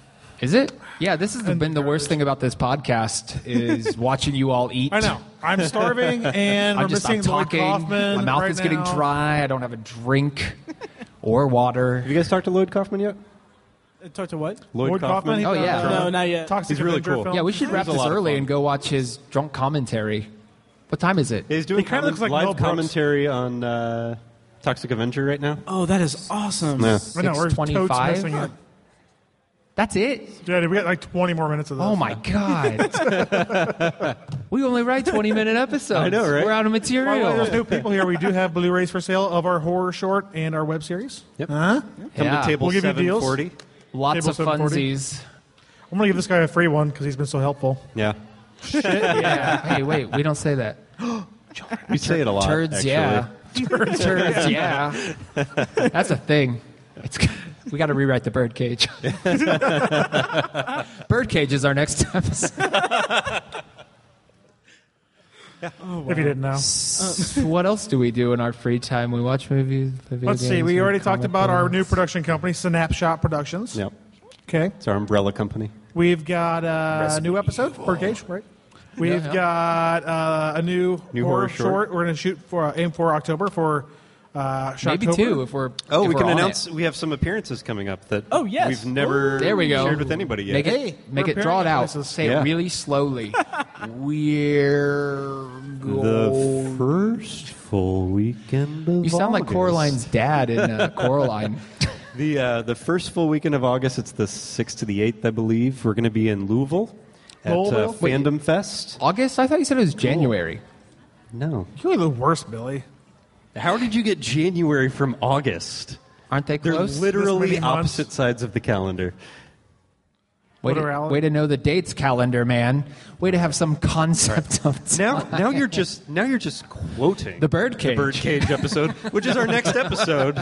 Speaker 6: Is it? Yeah, this has been the worst thing about this podcast is watching you all eat.
Speaker 5: I know.
Speaker 6: [LAUGHS]
Speaker 5: I'm starving and
Speaker 6: I'm
Speaker 5: we're
Speaker 6: just
Speaker 5: missing
Speaker 6: not
Speaker 5: Lloyd
Speaker 6: talking.
Speaker 5: Kaufman.
Speaker 6: My mouth
Speaker 5: right
Speaker 6: is getting
Speaker 5: now.
Speaker 6: dry. I don't have a drink or
Speaker 7: [LAUGHS]
Speaker 6: water.
Speaker 7: Have you guys talked to Lloyd Kaufman yet?
Speaker 8: Talk to what?
Speaker 7: Lloyd,
Speaker 5: Lloyd Kaufman. he
Speaker 6: Oh,
Speaker 5: done,
Speaker 6: yeah.
Speaker 5: uh,
Speaker 8: No, not yet.
Speaker 5: Toxic
Speaker 7: He's really
Speaker 5: Avenger
Speaker 7: cool.
Speaker 5: film.
Speaker 6: Yeah, we should wrap
Speaker 7: He's a
Speaker 6: this
Speaker 7: lot of
Speaker 6: early
Speaker 7: fun.
Speaker 6: and go watch his drunk commentary. What time is it?
Speaker 7: He's doing
Speaker 5: He kinda looks like
Speaker 7: live
Speaker 5: Mel Brooks.
Speaker 7: commentary on uh, Toxic Avenger right now.
Speaker 8: Oh, that is awesome.
Speaker 7: Yeah.
Speaker 5: I know, we're totes
Speaker 6: 6:25?
Speaker 5: missing it.
Speaker 6: That's it.
Speaker 5: Yeah, dude, we got like 20 more minutes of this.
Speaker 6: Oh my god.
Speaker 7: [LAUGHS]
Speaker 6: we only write 20 minute episodes.
Speaker 7: I know, right?
Speaker 6: We're out of
Speaker 5: By the way, there's
Speaker 6: material.
Speaker 5: new people here. We do have Blu-rays for sale of our horror short and our web series.
Speaker 7: Yep.
Speaker 5: Huh?
Speaker 7: Come
Speaker 6: Yeah.
Speaker 7: to table
Speaker 5: We'll give you deals.
Speaker 7: 740.
Speaker 6: Lots
Speaker 5: Table
Speaker 6: of
Speaker 5: 740.
Speaker 6: funsies.
Speaker 5: I'm gonna give this guy a free one because he's been so helpful.
Speaker 7: Yeah.
Speaker 6: [LAUGHS] Yeah. Hey, wait, we don't say that.
Speaker 7: We say it a lot.
Speaker 6: Turds,
Speaker 7: actually. [LAUGHS]
Speaker 6: yeah. Turds, yeah. That's a thing. It's we got to rewrite the birdcage. [LAUGHS] birdcage is our next [LAUGHS] episode.
Speaker 5: If you didn't know.
Speaker 8: Uh,
Speaker 6: what else do we do in our free time? We watch movies. play video
Speaker 5: Let's see.
Speaker 6: games,
Speaker 5: We
Speaker 6: read
Speaker 5: already talked
Speaker 6: comic
Speaker 5: about our
Speaker 6: books.
Speaker 5: new production company, Snapshot Productions.
Speaker 7: Yep.
Speaker 5: Okay.
Speaker 7: It's our umbrella company.
Speaker 5: We've got uh, a new episode, Birdcage, right? We've
Speaker 6: Yeah, yeah.
Speaker 5: got uh, a new,
Speaker 7: New horror
Speaker 5: horror, short.
Speaker 7: short.
Speaker 5: We're gonna shoot for uh, aim for October for uh,
Speaker 6: maybe
Speaker 5: Shocktober.
Speaker 6: two if we're
Speaker 7: Oh,
Speaker 6: if
Speaker 7: we
Speaker 6: we're
Speaker 7: can
Speaker 6: on it.
Speaker 7: announce we have some appearances coming up that
Speaker 8: Oh, yes.
Speaker 7: we've never
Speaker 6: There we go.
Speaker 7: shared with anybody yet.
Speaker 6: Make it,
Speaker 5: Hey,
Speaker 6: make
Speaker 5: we're
Speaker 6: it draw it
Speaker 5: pairing
Speaker 6: out.
Speaker 5: places.
Speaker 6: Say
Speaker 7: Yeah.
Speaker 6: it
Speaker 5: [LAUGHS]
Speaker 6: really slowly. we're
Speaker 7: The
Speaker 6: go.
Speaker 7: first full weekend of
Speaker 6: You sound like
Speaker 7: August.
Speaker 6: Coraline's dad in uh,
Speaker 7: [LAUGHS]
Speaker 6: Coraline.
Speaker 7: The uh, the first full weekend of August. It's the sixth to the eighth, I believe. We're going to be in Louisville at uh,
Speaker 5: Louisville?
Speaker 6: Wait.
Speaker 7: Fandom Fest.
Speaker 6: August? I thought you said it was January.
Speaker 7: No,
Speaker 5: You're the worst, Billy.
Speaker 7: how did you get January from August?
Speaker 6: Aren't they
Speaker 7: They're
Speaker 6: close?
Speaker 7: literally
Speaker 5: many months?
Speaker 7: opposite sides of the calendar.
Speaker 6: way, to,
Speaker 5: literal.
Speaker 6: way to know the dates, calendar man. Way to have some concept of time.
Speaker 7: [LAUGHS] Now, now you're just now you're just quoting
Speaker 6: The Birdcage.
Speaker 7: the birdcage episode, which is our next episode.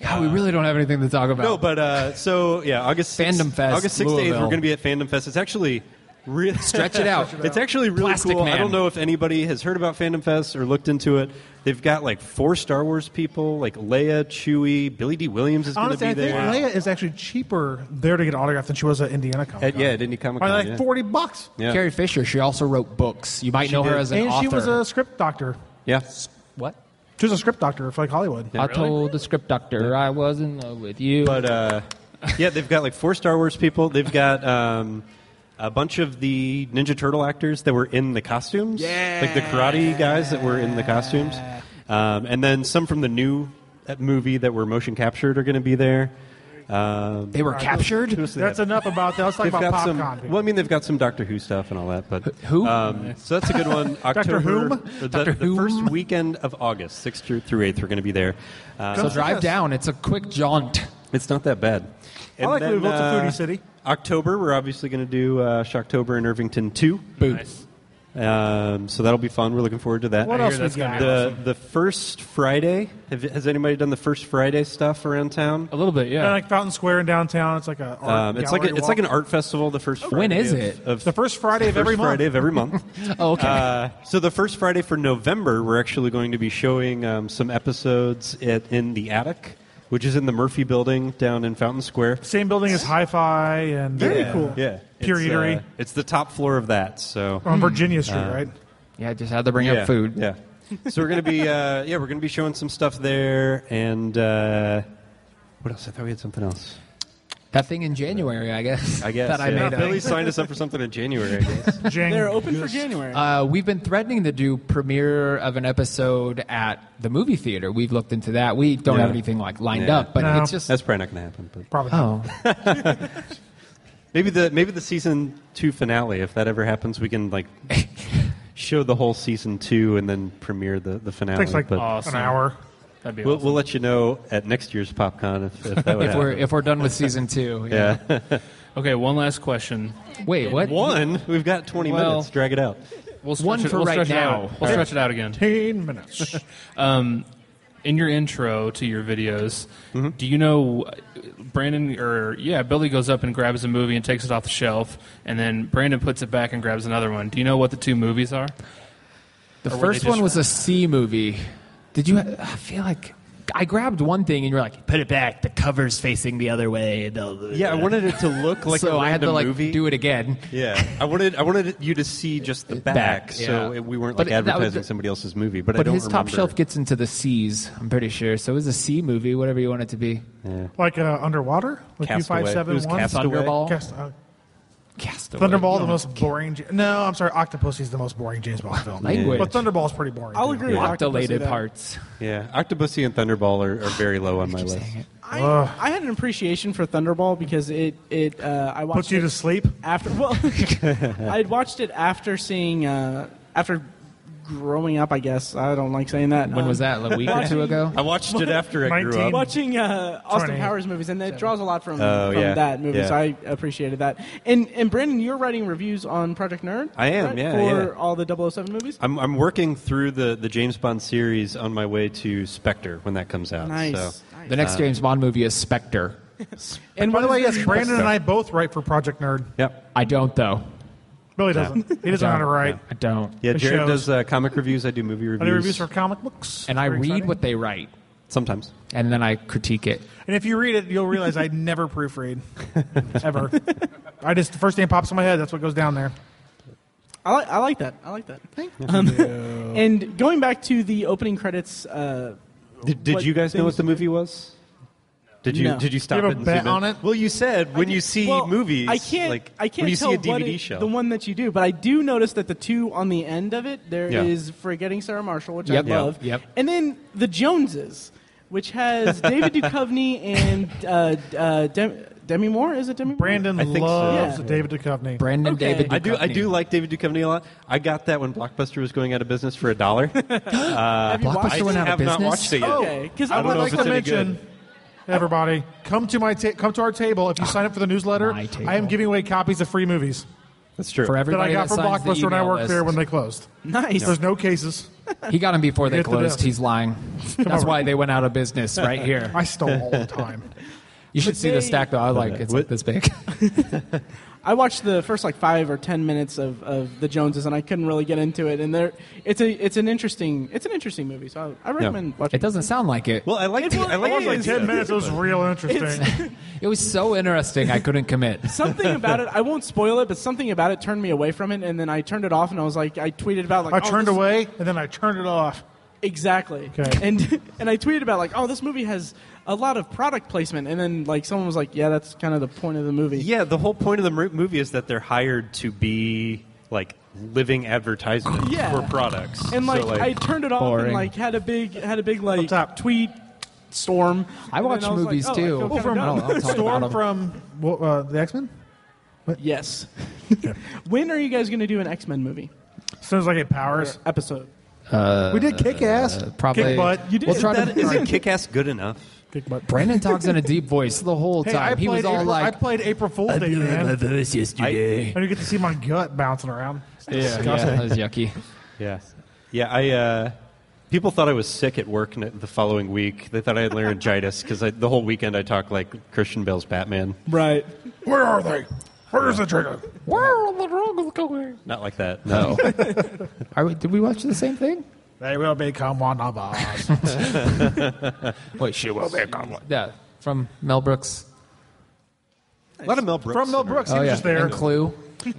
Speaker 6: God, we really don't have anything to talk about.
Speaker 7: No, but uh, so yeah, August 6th
Speaker 6: Fandom Fest,
Speaker 7: August sixth to eighth, we're
Speaker 6: Louisville.
Speaker 7: going to be at Fandom Fest. It's actually [LAUGHS] really
Speaker 6: Stretch it out.
Speaker 7: It's actually really
Speaker 6: Plastic
Speaker 7: cool. I
Speaker 6: Man.
Speaker 7: don't know if anybody has heard about Fandom Fest or looked into it. They've got like four Star Wars people, like Leia, Chewie, Billy D. Williams is going to
Speaker 5: Honestly,
Speaker 7: be
Speaker 5: I think
Speaker 7: there.
Speaker 5: Leia is actually cheaper there to get an autograph than she was at Indiana Comic
Speaker 7: At-
Speaker 5: Con.
Speaker 7: yeah, at Indy Comic
Speaker 5: By
Speaker 7: Con.
Speaker 5: like
Speaker 7: yeah.
Speaker 5: forty bucks.
Speaker 7: Yeah.
Speaker 6: Carrie Fisher, she also wrote books. You might know her
Speaker 7: did.
Speaker 6: as an
Speaker 5: And
Speaker 6: author.
Speaker 5: she was a script doctor.
Speaker 7: yeah.
Speaker 6: what?
Speaker 5: She was a script doctor for like Hollywood.
Speaker 6: I told the script doctor I was in love with you.
Speaker 7: But uh, yeah, they've got like four Star Wars people. They've got um, a bunch of the Ninja Turtle actors that were in the costumes, yeah. like the karate guys that were in the costumes. Um, and then some from the new uh, movie that were motion captured are going to be there. Um,
Speaker 6: They were captured.
Speaker 7: who else do they
Speaker 5: That's
Speaker 7: have?
Speaker 5: enough about that. Let's talk
Speaker 7: They've
Speaker 5: about
Speaker 7: got some.
Speaker 5: popcorn. people.
Speaker 7: Well, I mean, they've got some Doctor Who stuff and all that, but
Speaker 6: Who?
Speaker 7: Um, so that's a good
Speaker 5: [LAUGHS]
Speaker 7: one. October,
Speaker 5: Whom?
Speaker 7: The,
Speaker 6: Doctor
Speaker 7: the first
Speaker 6: Whom?
Speaker 7: weekend of August, sixth through through eighth, we're going to be there. Uh,
Speaker 6: So
Speaker 5: Yes,
Speaker 6: drive
Speaker 5: yes.
Speaker 6: down. It's a quick jaunt.
Speaker 7: it's not that bad. And uh,
Speaker 5: like Louisville. It's a foodie city.
Speaker 7: October, we're obviously going to do uh, Shocktober in Irvington too.
Speaker 6: Boom.
Speaker 9: Nice.
Speaker 7: Um, so that'll be fun. We're looking forward to that.
Speaker 5: What
Speaker 9: I
Speaker 5: else
Speaker 9: hear
Speaker 5: we
Speaker 9: that's gonna
Speaker 5: got?
Speaker 9: be
Speaker 7: The the first Friday. Have, has anybody done the first Friday stuff around town?
Speaker 9: A little bit,
Speaker 5: Yeah,
Speaker 7: Uh,
Speaker 9: yeah.
Speaker 5: like Fountain Square in downtown. It's like a. art
Speaker 7: Um, it's like a,
Speaker 5: gallery
Speaker 7: it's like an
Speaker 5: walk.
Speaker 7: art festival. The first Friday
Speaker 6: When is
Speaker 7: of-
Speaker 6: it?
Speaker 7: Of,
Speaker 5: The first Friday of
Speaker 7: first
Speaker 5: every month.
Speaker 7: Friday of every month.
Speaker 5: [LAUGHS]
Speaker 6: Oh, okay.
Speaker 7: Uh, so the first Friday for November, we're actually going to be showing um, some episodes at, in the attic, which is in the Murphy Building down in Fountain Square.
Speaker 5: Same building as Hi-Fi and very cool.
Speaker 7: Yeah,
Speaker 5: Pure
Speaker 7: it's,
Speaker 5: eatery.
Speaker 7: uh, it's the top floor of that. So
Speaker 5: on Virginia Street,
Speaker 7: Mm-hmm.
Speaker 5: right?
Speaker 6: yeah, just had to bring
Speaker 7: yeah,
Speaker 6: up food.
Speaker 7: Yeah. So we're gonna be uh, yeah we're gonna be showing some stuff there and uh, what else? I thought we had something else.
Speaker 6: That thing in January, I guess.
Speaker 7: I guess
Speaker 6: [LAUGHS] that I
Speaker 7: yeah.
Speaker 6: made
Speaker 7: Billy
Speaker 6: up.
Speaker 7: signed us up for something in January. I guess.
Speaker 5: [LAUGHS] Jing.
Speaker 8: They're open for January.
Speaker 6: Uh, we've been threatening to do premiere of an episode at the movie theater. We've looked into that. We don't
Speaker 7: Yeah.
Speaker 6: have anything like lined
Speaker 7: Yeah.
Speaker 6: up, but
Speaker 5: No.
Speaker 6: it's just
Speaker 7: That's probably not gonna happen. But
Speaker 5: Probably. not.
Speaker 6: oh,
Speaker 7: Maybe the maybe the season two finale, if that ever happens, we can like show the whole season two and then premiere the, the finale.
Speaker 5: Takes like
Speaker 7: but
Speaker 9: Awesome.
Speaker 5: an hour.
Speaker 9: That'd be
Speaker 7: we'll,
Speaker 9: awesome.
Speaker 7: we'll let you know at next year's PopCon if, if
Speaker 6: [LAUGHS]
Speaker 7: that would
Speaker 6: if we're
Speaker 7: happen.
Speaker 6: if we're done with season two, yeah.
Speaker 7: yeah, [LAUGHS]
Speaker 9: Okay, one last question.
Speaker 6: Wait, what?
Speaker 7: one we've got twenty
Speaker 9: Well-
Speaker 7: minutes. Drag it out.
Speaker 9: We'll stretch
Speaker 6: One
Speaker 9: it,
Speaker 6: for
Speaker 9: we'll
Speaker 6: right
Speaker 9: stretch
Speaker 6: now.
Speaker 9: It out. We'll stretch it out again.
Speaker 7: [LAUGHS]
Speaker 5: Ten minutes.
Speaker 9: Um, in your intro to your videos,
Speaker 6: Mm-hmm.
Speaker 9: do you know Brandon or yeah, Billy goes up and grabs a movie and takes it off the shelf, and then Brandon puts it back and grabs another one. Do you know what the two movies are?
Speaker 6: The
Speaker 9: Or were they
Speaker 6: first
Speaker 9: just-
Speaker 6: one was a C movie. Did you? I feel like I grabbed one thing and you're like, put it back. The cover's facing the other way.
Speaker 7: Yeah, I wanted it to
Speaker 6: [LAUGHS]
Speaker 7: look like
Speaker 6: so
Speaker 7: a
Speaker 6: oh, I had
Speaker 7: random
Speaker 6: to like
Speaker 7: movie.
Speaker 6: do it again.
Speaker 7: Yeah, I wanted I wanted you to see just the back,
Speaker 6: Back,
Speaker 7: so
Speaker 6: yeah.
Speaker 7: it, we weren't
Speaker 6: But
Speaker 7: like
Speaker 6: it- that was
Speaker 7: advertising
Speaker 6: the-
Speaker 7: somebody else's movie. But, I
Speaker 6: But
Speaker 7: don't
Speaker 6: his top
Speaker 7: remember.
Speaker 6: shelf gets into the C's, I'm pretty sure. So it was a C movie, whatever you want it to be.
Speaker 5: like uh, underwater. Like U
Speaker 7: Castaway.
Speaker 5: five
Speaker 7: It
Speaker 5: seven
Speaker 7: was
Speaker 5: one.
Speaker 7: Castaway.
Speaker 6: Thunderball.
Speaker 5: Cast- uh,
Speaker 6: Castaway.
Speaker 5: Thunderball, the most boring. Ja- No, I'm sorry. Octopussy is the most boring James Bond film.
Speaker 6: Language.
Speaker 5: But Thunderball's pretty boring.
Speaker 8: I'll
Speaker 5: too.
Speaker 8: agree with Octopussy
Speaker 6: Octolated
Speaker 8: there.
Speaker 6: parts.
Speaker 7: Yeah, Octopussy and Thunderball are, are very low on my list.
Speaker 8: I, I had an appreciation for Thunderball because it it uh, I watched
Speaker 5: Puts you
Speaker 8: it
Speaker 5: to sleep.
Speaker 8: after. Well, [LAUGHS] I had watched it after seeing uh, after growing up. I guess I don't like saying that.
Speaker 6: When was that? like, A
Speaker 5: [LAUGHS]
Speaker 6: week or two ago?
Speaker 7: I watched it after I grew
Speaker 5: 19.
Speaker 7: up.
Speaker 8: watching uh, Austin
Speaker 5: 20.
Speaker 8: Powers movies, and it draws a lot from,
Speaker 7: Oh,
Speaker 8: from
Speaker 7: yeah.
Speaker 8: that movie.
Speaker 7: Yeah.
Speaker 8: So I appreciated that. And and Brandon, you're writing reviews on Project Nerd.
Speaker 7: I am,
Speaker 8: right?
Speaker 7: yeah,
Speaker 8: for
Speaker 7: yeah.
Speaker 8: all the 007 movies.
Speaker 7: I'm, I'm working through the, the James Bond series on my way to Spectre when that comes out.
Speaker 8: nice.
Speaker 7: So.
Speaker 8: nice.
Speaker 6: The next James Bond movie is Spectre.
Speaker 8: and
Speaker 5: By the
Speaker 8: what
Speaker 5: way,
Speaker 8: is
Speaker 5: yes, Brandon and I both write for Project Nerd.
Speaker 7: Yep.
Speaker 6: I don't though.
Speaker 5: Billy doesn't. He doesn't know how to write.
Speaker 6: I don't.
Speaker 7: Yeah,
Speaker 5: It
Speaker 7: Jared
Speaker 5: shows.
Speaker 7: does uh, comic reviews. I do movie
Speaker 5: I
Speaker 7: reviews.
Speaker 5: do reviews for comic books.
Speaker 6: And I
Speaker 5: Very
Speaker 6: read
Speaker 5: exciting.
Speaker 6: what they write,
Speaker 7: sometimes.
Speaker 6: and then I critique it.
Speaker 5: And if you read it, you'll realize I never proofread, ever. I just the first name pops in my head. That's what goes down there.
Speaker 8: I like, I like that. I like that. Um, [LAUGHS] and going back to the opening credits, uh,
Speaker 7: Did, did
Speaker 8: What
Speaker 7: you guys know what the movie was? Did you
Speaker 8: No.
Speaker 7: did you stop
Speaker 5: have a
Speaker 7: it and
Speaker 5: bet
Speaker 7: zoom in?
Speaker 5: on it?
Speaker 7: Well, you said when
Speaker 8: I
Speaker 7: you
Speaker 8: can't-
Speaker 7: see [LAUGHS]
Speaker 8: well,
Speaker 7: movies,
Speaker 8: I can't.
Speaker 7: like
Speaker 8: I can't
Speaker 7: when you
Speaker 8: tell
Speaker 7: see a DVD
Speaker 8: what it-
Speaker 7: show.
Speaker 8: the one that you do, but I do notice that the two on the end of it there is
Speaker 7: Yeah.
Speaker 8: forgetting Sarah Marshall, which
Speaker 6: Yep.
Speaker 8: I
Speaker 6: Yeah.
Speaker 8: love.
Speaker 6: Yep.
Speaker 8: And then the Joneses, which
Speaker 7: [LAUGHS]
Speaker 8: has David Duchovny and uh, uh, Dem- Demi Moore. Is it Demi? Moore?
Speaker 5: Brandon
Speaker 7: I think so.
Speaker 5: loves
Speaker 8: Yeah.
Speaker 5: David Duchovny.
Speaker 6: Brandon
Speaker 8: Okay.
Speaker 6: David.
Speaker 7: I do I do
Speaker 6: Duchovny.
Speaker 7: like David Duchovny a lot. I got that when Blockbuster was going out of business for a dollar.
Speaker 8: Have you
Speaker 7: [LAUGHS]
Speaker 8: watched
Speaker 7: I
Speaker 6: Blockbuster
Speaker 8: it?
Speaker 6: went out of
Speaker 7: have not
Speaker 6: business?
Speaker 7: watched it yet.
Speaker 8: Okay, because I,
Speaker 5: I
Speaker 7: don't
Speaker 5: would
Speaker 7: know
Speaker 5: like
Speaker 7: if
Speaker 5: to
Speaker 7: it's any
Speaker 5: mention, everybody, come to my ta- come to our table. If you sign up for the newsletter,
Speaker 6: My table.
Speaker 5: I am giving away copies of free movies
Speaker 7: That's true.
Speaker 6: for
Speaker 5: that I
Speaker 6: everybody
Speaker 5: got from
Speaker 6: signs the
Speaker 5: Blockbuster when I
Speaker 6: email
Speaker 5: worked there when
Speaker 6: list.
Speaker 5: they closed.
Speaker 8: nice.
Speaker 5: There's no cases.
Speaker 6: he got
Speaker 5: [LAUGHS]
Speaker 6: them before they
Speaker 5: Get the
Speaker 6: closed.
Speaker 5: desk. [LAUGHS]
Speaker 6: He's lying. That's why they went out of business right here.
Speaker 5: I stole all the [LAUGHS] time.
Speaker 6: You should see
Speaker 8: they-
Speaker 6: the stack though. I was like it's
Speaker 7: What-
Speaker 6: this big. [LAUGHS]
Speaker 8: I watched the first like five or ten minutes of, of the Joneses, and I couldn't really get into it. And there, it's a it's an interesting it's an interesting movie. So I, I recommend
Speaker 6: it
Speaker 8: watching.
Speaker 6: doesn't sound like it.
Speaker 7: Well, I liked
Speaker 8: It
Speaker 7: it.
Speaker 8: was-
Speaker 7: I uh, liked
Speaker 8: it was
Speaker 7: the
Speaker 8: like
Speaker 7: idea.
Speaker 5: Ten minutes was real [LAUGHS] interesting.
Speaker 6: It was so interesting. I couldn't commit.
Speaker 8: something about it. I won't spoil it, but something about it turned me away from it, and then I turned it off, and I was like, I tweeted about like
Speaker 5: I
Speaker 8: oh,
Speaker 5: turned
Speaker 8: this-
Speaker 5: away and then I turned it off.
Speaker 8: exactly,
Speaker 5: Okay.
Speaker 8: and [LAUGHS] and I tweeted about like, oh, this movie has a lot of product placement, and then like someone was like, yeah, that's kind of the point of the movie.
Speaker 7: Yeah, the whole point of the mo- movie is that they're hired to be like living advertisement
Speaker 8: Yeah.
Speaker 7: for products.
Speaker 8: and like,
Speaker 7: so,
Speaker 8: I turned it off
Speaker 6: Boring.
Speaker 8: and like had a big had a big like
Speaker 5: top.
Speaker 8: tweet storm.
Speaker 6: I
Speaker 8: And then
Speaker 6: watch
Speaker 8: was like,
Speaker 6: movies
Speaker 8: oh, I
Speaker 6: too.
Speaker 8: feel
Speaker 6: Oh,
Speaker 8: kinda
Speaker 5: from
Speaker 8: dumb.
Speaker 6: I don't- I don't talk
Speaker 5: [LAUGHS]
Speaker 6: about
Speaker 5: Storm
Speaker 6: 'em.
Speaker 5: from well, uh, the X Men. [LAUGHS]
Speaker 8: yes. [LAUGHS] when are you guys going to do an X Men movie
Speaker 5: Sounds like it powers.
Speaker 8: episode?
Speaker 5: we did kick ass.
Speaker 6: Uh, probably-
Speaker 5: Kick butt.
Speaker 8: You did.
Speaker 6: We'll try to-
Speaker 7: [LAUGHS]
Speaker 8: that-
Speaker 7: Isn't kick ass good enough?
Speaker 5: Kick butt.
Speaker 6: Brandon talks in a deep voice the whole
Speaker 5: Hey,
Speaker 6: time.
Speaker 5: I
Speaker 6: he was
Speaker 5: played
Speaker 6: all
Speaker 5: April, I
Speaker 6: like,
Speaker 5: played April Fool's Day, man.
Speaker 6: voice yesterday."
Speaker 5: And you get to see my gut bouncing around.
Speaker 6: yeah, yeah, that was yucky.
Speaker 7: Yeah, yeah. I uh, people thought I was sick at work n- the following week. They thought I had laryngitis because the whole weekend I talked like Christian Bale's Batman.
Speaker 8: right.
Speaker 5: Where are they? Where's the trigger?
Speaker 7: Not like that.
Speaker 6: [LAUGHS]
Speaker 7: No.
Speaker 6: Are we, did we watch the same thing?
Speaker 5: They will become one of
Speaker 6: [LAUGHS]
Speaker 5: us.
Speaker 6: Wait, she will be gone. Yeah, from Mel Brooks.
Speaker 7: a lot of Mel Brooks.
Speaker 5: From Mel Brooks, he
Speaker 6: Oh
Speaker 5: was
Speaker 6: yeah,
Speaker 5: just there.
Speaker 6: and Clue.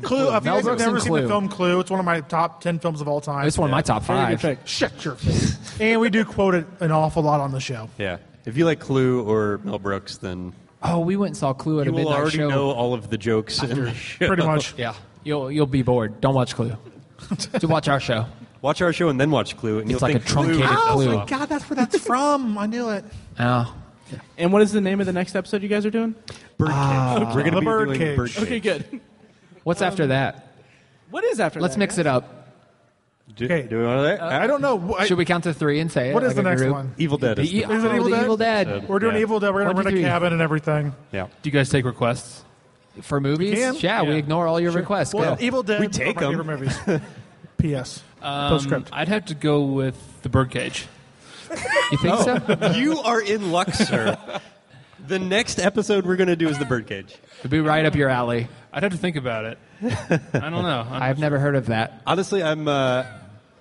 Speaker 5: Clue. If you guys
Speaker 6: Mel
Speaker 5: have
Speaker 6: Brooks and
Speaker 5: never seen
Speaker 6: Clue.
Speaker 5: the film Clue, it's one of my top ten films of all time.
Speaker 6: It's one of my top
Speaker 8: Very good
Speaker 6: five.
Speaker 8: pick.
Speaker 5: Shut your face. and we do quote it an awful lot on the show.
Speaker 7: Yeah. If you like Clue or Mel Brooks, then
Speaker 6: Oh, we went and saw Clue at
Speaker 7: you
Speaker 6: a
Speaker 7: will
Speaker 6: midnight
Speaker 7: already
Speaker 6: show.
Speaker 7: know all of the jokes. In the show.
Speaker 5: Pretty much.
Speaker 6: Yeah, you'll you'll be bored. Don't watch Clue. [LAUGHS] to watch our show.
Speaker 7: Watch our show and then watch Clue, and
Speaker 6: It's
Speaker 7: you'll
Speaker 6: like a
Speaker 7: think Clue-
Speaker 6: truncated Clue.
Speaker 5: Oh my God, that's where that's from. I knew it.
Speaker 6: Oh,
Speaker 8: And what is the name of the next episode you guys are doing?
Speaker 7: Birdcage. We're gonna
Speaker 5: The
Speaker 7: be doing
Speaker 5: Birdcage.
Speaker 7: Birdcage.
Speaker 8: Okay, good.
Speaker 6: what's after that?
Speaker 8: [LAUGHS] What is after?
Speaker 6: Let's
Speaker 8: that,
Speaker 6: mix
Speaker 8: guys?
Speaker 6: it up.
Speaker 7: Do,
Speaker 5: Okay.
Speaker 7: do we want that?
Speaker 5: I don't know. I,
Speaker 6: Should we count to three and say it?
Speaker 5: what is
Speaker 6: like
Speaker 5: the
Speaker 6: a
Speaker 5: next
Speaker 6: group?
Speaker 5: one?
Speaker 7: Evil Dead. Is
Speaker 6: The,
Speaker 7: the-
Speaker 6: oh,
Speaker 5: Is it Evil
Speaker 6: the
Speaker 5: Dead?
Speaker 6: Evil Dead
Speaker 7: Dead.
Speaker 5: We're doing
Speaker 7: Yeah.
Speaker 5: Evil Dead. We're
Speaker 6: One,
Speaker 5: gonna
Speaker 6: two,
Speaker 5: rent a
Speaker 6: three.
Speaker 5: cabin and everything.
Speaker 7: yeah.
Speaker 9: Do you guys take requests?
Speaker 6: for movies.
Speaker 5: can?
Speaker 6: Yeah, we ignore all your requests.
Speaker 5: Well,
Speaker 6: Go.
Speaker 5: Evil Dead.
Speaker 7: We take
Speaker 5: are my
Speaker 7: 'em.
Speaker 5: favorite movies.
Speaker 6: [LAUGHS]
Speaker 5: P.S. Postscript.
Speaker 6: Um,
Speaker 9: Um, I'd have to go with the birdcage.
Speaker 6: You think so?
Speaker 7: you are in luck, sir. [LAUGHS] the next episode we're going to do is the Birdcage.
Speaker 6: It'd be right up your alley.
Speaker 9: I'd have to think about it. [LAUGHS] I don't know. I'm-
Speaker 6: I've never heard of that.
Speaker 7: Honestly, I'm. Uh,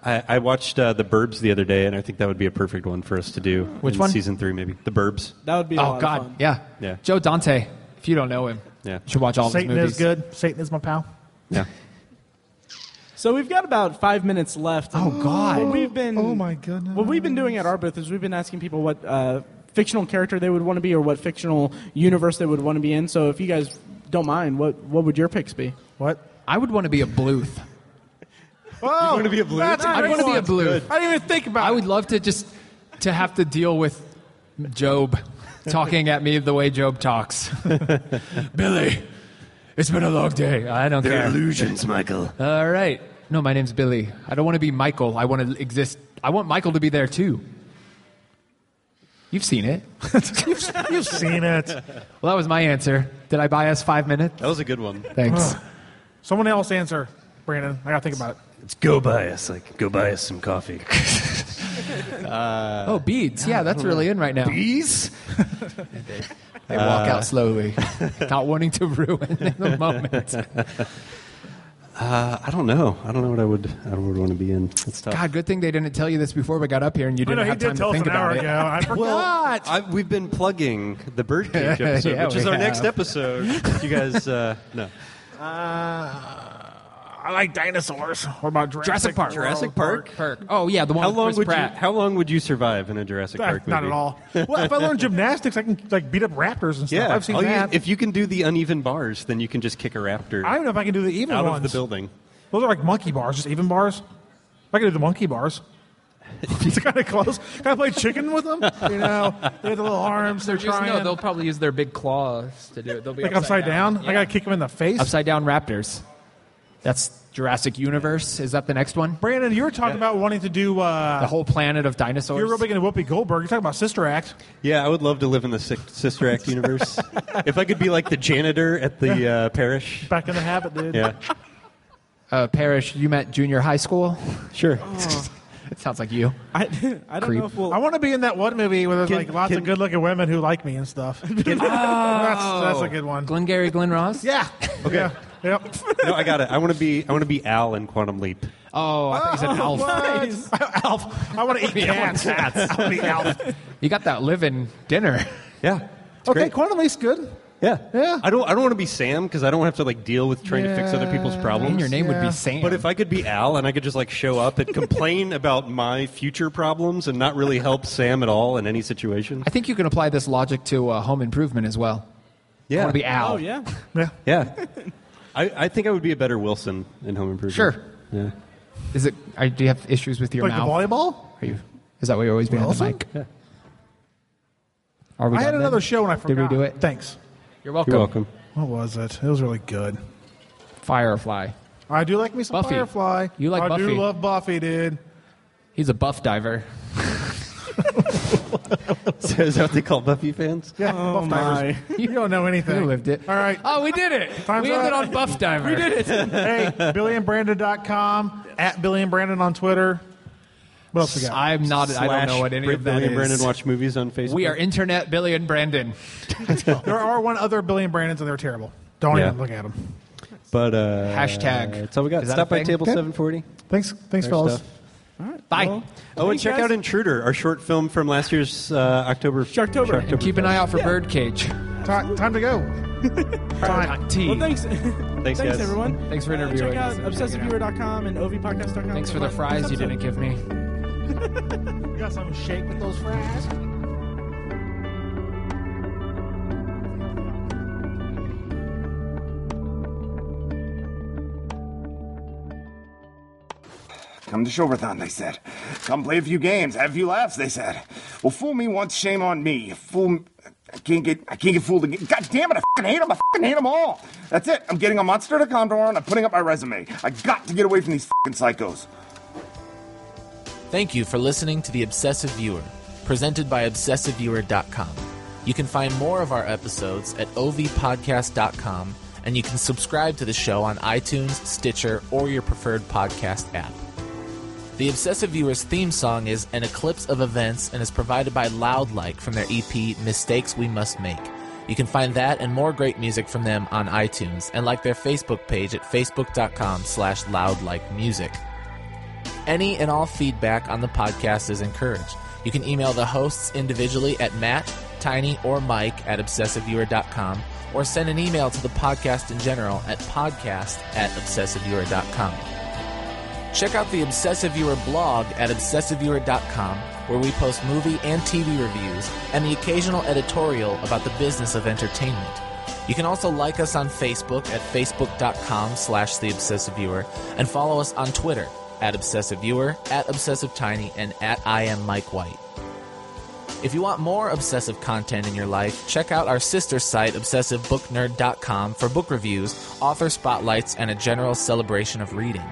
Speaker 7: I, I watched uh, The Burbs the other day, and I think that would be a perfect one for us to do.
Speaker 6: Which
Speaker 7: in
Speaker 6: one?
Speaker 7: Season three, maybe. The Burbs.
Speaker 8: That would be. a lot
Speaker 6: Oh
Speaker 8: of
Speaker 6: God,
Speaker 8: fun.
Speaker 6: yeah.
Speaker 7: Yeah.
Speaker 6: Joe Dante. If you don't know him,
Speaker 7: [LAUGHS] Yeah.
Speaker 6: you should watch all of his
Speaker 5: Satan
Speaker 6: movies.
Speaker 5: is good. Satan is my pal.
Speaker 7: Yeah.
Speaker 8: So we've got about five minutes left. Oh
Speaker 6: God.
Speaker 8: What we've been.
Speaker 5: Oh, my goodness.
Speaker 8: What we've been doing at our booth is we've been asking people what uh, fictional character they would want to be or what fictional universe they would want to be in. So if you guys don't mind, what what would your picks be?
Speaker 5: What?
Speaker 6: I would want to be a Bluth.
Speaker 5: Oh, you want to be a blue?
Speaker 6: I want to be a Bluth.
Speaker 5: I didn't even think about
Speaker 6: I
Speaker 5: it.
Speaker 6: would love to just to have to deal with Job [LAUGHS] talking at me the way Job talks. [LAUGHS] Billy, it's been a long day. I don't care.
Speaker 2: illusions, Michael.
Speaker 6: All right. No, my name's Billy. I don't want to be Michael. I want to exist. I want Michael to be there too. You've seen it.
Speaker 5: You've seen it.
Speaker 6: Well, that was my answer. Did I buy us five minutes?
Speaker 7: That was a good one.
Speaker 6: Thanks.
Speaker 5: Someone else answer, Brandon. I gotta think about it.
Speaker 7: It's go buy us. Like, go buy us some coffee.
Speaker 6: oh, beads. Yeah, that's really in right now. Beads? they walk
Speaker 7: Uh, [LAUGHS]
Speaker 6: out slowly, not wanting to ruin the moment.
Speaker 7: I don't know. I don't know what I would. I would want to be in. It's tough.
Speaker 6: God, good thing they didn't tell you this before we got up here and you
Speaker 5: I
Speaker 6: didn't
Speaker 5: know he
Speaker 6: have
Speaker 5: did
Speaker 6: time
Speaker 5: tell
Speaker 6: to
Speaker 5: us
Speaker 6: think
Speaker 5: an hour
Speaker 6: about
Speaker 5: ago.
Speaker 6: it. [LAUGHS]
Speaker 5: I forgot.
Speaker 7: I, we've been plugging the Birdcage episode,
Speaker 6: Yeah,
Speaker 7: which is
Speaker 6: we
Speaker 7: our
Speaker 6: have.
Speaker 7: next episode. If you guys, uh, no.
Speaker 5: I like dinosaurs. What about Jurassic,
Speaker 6: Jurassic Park.
Speaker 5: World?
Speaker 7: Jurassic Park.
Speaker 6: Perk. Oh, yeah, the one
Speaker 7: How
Speaker 6: with
Speaker 7: long
Speaker 6: Chris
Speaker 7: would
Speaker 6: Pratt.
Speaker 7: you? How long would you survive in a Jurassic
Speaker 5: Ah,
Speaker 7: Park movie?
Speaker 5: Not at all. Well, if I
Speaker 6: [LAUGHS]
Speaker 5: learn gymnastics, I can like beat up raptors and stuff.
Speaker 7: Yeah,
Speaker 6: Oh,
Speaker 5: I've seen
Speaker 7: all you-
Speaker 5: that.
Speaker 7: if you can do the uneven bars, then you can just kick a raptor
Speaker 5: I don't know if I can do the even
Speaker 7: out of
Speaker 5: ones.
Speaker 7: the building.
Speaker 5: Those are like monkey bars, just even bars. I can do the monkey
Speaker 6: [LAUGHS]
Speaker 5: bars. it's kind of close. Can I play chicken with them? You know, they have the little arms. They're
Speaker 6: Just know
Speaker 5: trying.
Speaker 6: they'll probably use their big claws to do it. They'll be
Speaker 5: like upside down. I gotta kick them in the face.
Speaker 6: Upside down raptors. That's Jurassic Universe. Is that the next one?
Speaker 5: Brandon, you were talking about wanting to do.
Speaker 6: The
Speaker 5: Uh,
Speaker 6: whole planet of dinosaurs.
Speaker 5: you're real big into Whoopi Goldberg. You're talking about Sister Act.
Speaker 7: Yeah, I would love to live in the Sis- Sister Act universe. if I could be like the janitor at the uh, parish.
Speaker 5: Back in the habit, dude.
Speaker 7: Yeah,
Speaker 6: uh, Parrish, you met junior high school. [LAUGHS]
Speaker 7: sure.
Speaker 6: It sounds like you.
Speaker 8: I, I don't
Speaker 6: Creep.
Speaker 8: know if we'll.
Speaker 5: I want to be in that one movie where there's
Speaker 7: Can-
Speaker 5: like lots
Speaker 7: can-
Speaker 5: of good-looking women who like me and stuff. [LAUGHS] that's,
Speaker 6: Oh.
Speaker 5: that's a good one.
Speaker 6: Glengarry Glen Ross.
Speaker 5: Yeah. Okay. Yeah. Yep.
Speaker 7: [LAUGHS] No, I got it. I want to be. I want to be Al in Quantum Leap.
Speaker 6: Oh, I thought you said [LAUGHS]
Speaker 5: [LAUGHS]
Speaker 6: Alf.
Speaker 5: Alf. I want [LAUGHS] to eat cats. I want to be Alf.
Speaker 6: You got that living dinner.
Speaker 7: Yeah. It's
Speaker 5: Okay,
Speaker 7: great.
Speaker 5: Quantum Leap's good.
Speaker 7: Yeah.
Speaker 5: Yeah.
Speaker 7: I don't. I don't want to be Sam because I don't have to like deal with trying to fix other people's problems.
Speaker 6: And your name would
Speaker 5: Yeah.
Speaker 6: be Sam.
Speaker 7: But if I could be Al and I could just like show up and complain about my future problems and not really help Sam at all in any situation.
Speaker 6: I think you can apply this logic to uh, Home Improvement as well. I
Speaker 7: Yeah.
Speaker 6: want to be Al.
Speaker 8: oh yeah.
Speaker 5: Yeah.
Speaker 7: Yeah. I, I think I would be a better Wilson in Home Improvement.
Speaker 6: Sure.
Speaker 7: Yeah.
Speaker 6: Is it? Are, do you have issues with your
Speaker 5: Like
Speaker 6: mouth?
Speaker 5: the volleyball?
Speaker 6: Are you? Is that why you're always behind the
Speaker 5: Wilson?
Speaker 6: mic? Are we?
Speaker 5: I had
Speaker 6: done
Speaker 5: another
Speaker 6: then?
Speaker 5: show and I
Speaker 6: we
Speaker 5: forgot.
Speaker 6: do it?
Speaker 5: Thanks.
Speaker 6: You're welcome.
Speaker 7: You're welcome.
Speaker 5: What was it? It was really good.
Speaker 6: Firefly.
Speaker 5: I do like me some
Speaker 6: Buffy.
Speaker 5: Firefly.
Speaker 6: You like
Speaker 5: I
Speaker 6: Buffy.
Speaker 5: do love Buffy,
Speaker 6: [LAUGHS]
Speaker 5: dude.
Speaker 6: He's a buff diver.
Speaker 7: So [LAUGHS] is that what they call Buffy fans?
Speaker 5: Yeah, Buff Divers. [LAUGHS] You don't know anything.
Speaker 6: You Oh lived it.
Speaker 5: All right.
Speaker 6: Oh, we did it.
Speaker 5: Time's
Speaker 6: we ended
Speaker 5: up.
Speaker 6: on buff diver. we did it.
Speaker 5: hey, BillyandBrandon.com, at BillyandBrandon on Twitter. What else we got?
Speaker 6: I'm not. I don't
Speaker 7: Slash
Speaker 6: know what any
Speaker 7: Brit
Speaker 6: of that
Speaker 7: Billy and
Speaker 6: is.
Speaker 7: Brandon watch movies on Facebook.
Speaker 6: we are internet Billy and Brandon.
Speaker 5: there are one other Billy and Brandons, and they're terrible. Don't
Speaker 7: Yeah.
Speaker 5: even look at them.
Speaker 7: But uh,
Speaker 6: Hashtag.
Speaker 7: That's all we got.
Speaker 6: Is that
Speaker 7: Stop
Speaker 6: a
Speaker 7: by
Speaker 6: thing?
Speaker 7: table
Speaker 5: Okay.
Speaker 7: 740.
Speaker 5: Thanks, thanks,
Speaker 7: Their
Speaker 5: fellas.
Speaker 7: stuff.
Speaker 6: Bye.
Speaker 7: Oh, and check
Speaker 8: guys.
Speaker 7: out Intruder, our short film from last year's uh, October.
Speaker 8: Sharktober.
Speaker 6: And keep an eye out for Birdcage.
Speaker 5: Ti- time
Speaker 7: [LAUGHS]
Speaker 5: to go. Time.
Speaker 6: T.
Speaker 8: Well, thanks. thanks,
Speaker 7: guys.
Speaker 8: everyone.
Speaker 6: Thanks for
Speaker 8: Uh,
Speaker 6: interviewing
Speaker 8: check out
Speaker 6: us.
Speaker 8: obsessiveviewer.com and ovpodcast.com.
Speaker 6: Thanks for the
Speaker 8: Next
Speaker 6: fries you
Speaker 8: episode.
Speaker 6: didn't give me.
Speaker 5: You got some shake with those fries?
Speaker 10: Come to Shoverthon, they said. Come play a few games, have a few laughs, they said. Well, fool me once, shame on me. Fool, m- I can't get, I can't get fooled again. God damn it, I fucking hate them. I fucking hate them all. That's it. I'm getting on Monster.com tomorrow, and I'm putting up my resume. I got to get away from these fucking psychos.
Speaker 11: Thank you for listening to The Obsessive Viewer, presented by ObsessiveViewer.com. You can find more of our episodes at ovpodcast.com, and you can subscribe to the show on iTunes, Stitcher, or your preferred podcast app. The Obsessive Viewer's theme song is An Eclipse of Events and is provided by Loudlike from their EP Mistakes We Must Make. You can find that and more great music from them on iTunes and like their Facebook page at facebook.com slash loudlikemusic. Any and all feedback on the podcast is encouraged. You can email the hosts individually at Matt, Tiny, or Mike at obsessiveviewer.com or send an email to the podcast in general at podcast at obsessiveviewer.com. Check out the Obsessive Viewer blog at obsessiveviewer.com where we post movie and TV reviews and the occasional editorial about the business of entertainment. You can also like us on Facebook at facebook.com slash the obsessive viewer and follow us on Twitter at obsessive viewer, at obsessive tiny, and at I am Mike White. If you want more obsessive content in your life, check out our sister site, obsessivebooknerd.com, for book reviews, author spotlights, and a general celebration of reading.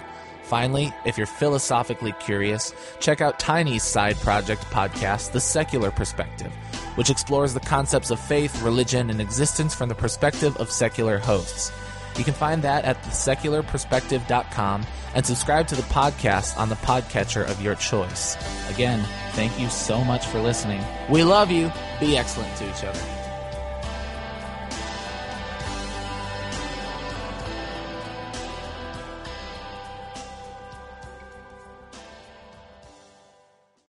Speaker 11: Finally, if you're philosophically curious, check out Tiny's side project podcast, The Secular Perspective, which explores the concepts of faith, religion, and existence from the perspective of secular hosts. You can find that at thesecularperspective.com and subscribe to the podcast on the podcatcher of your choice. Again, thank you so much for listening. We love you. Be excellent to each other.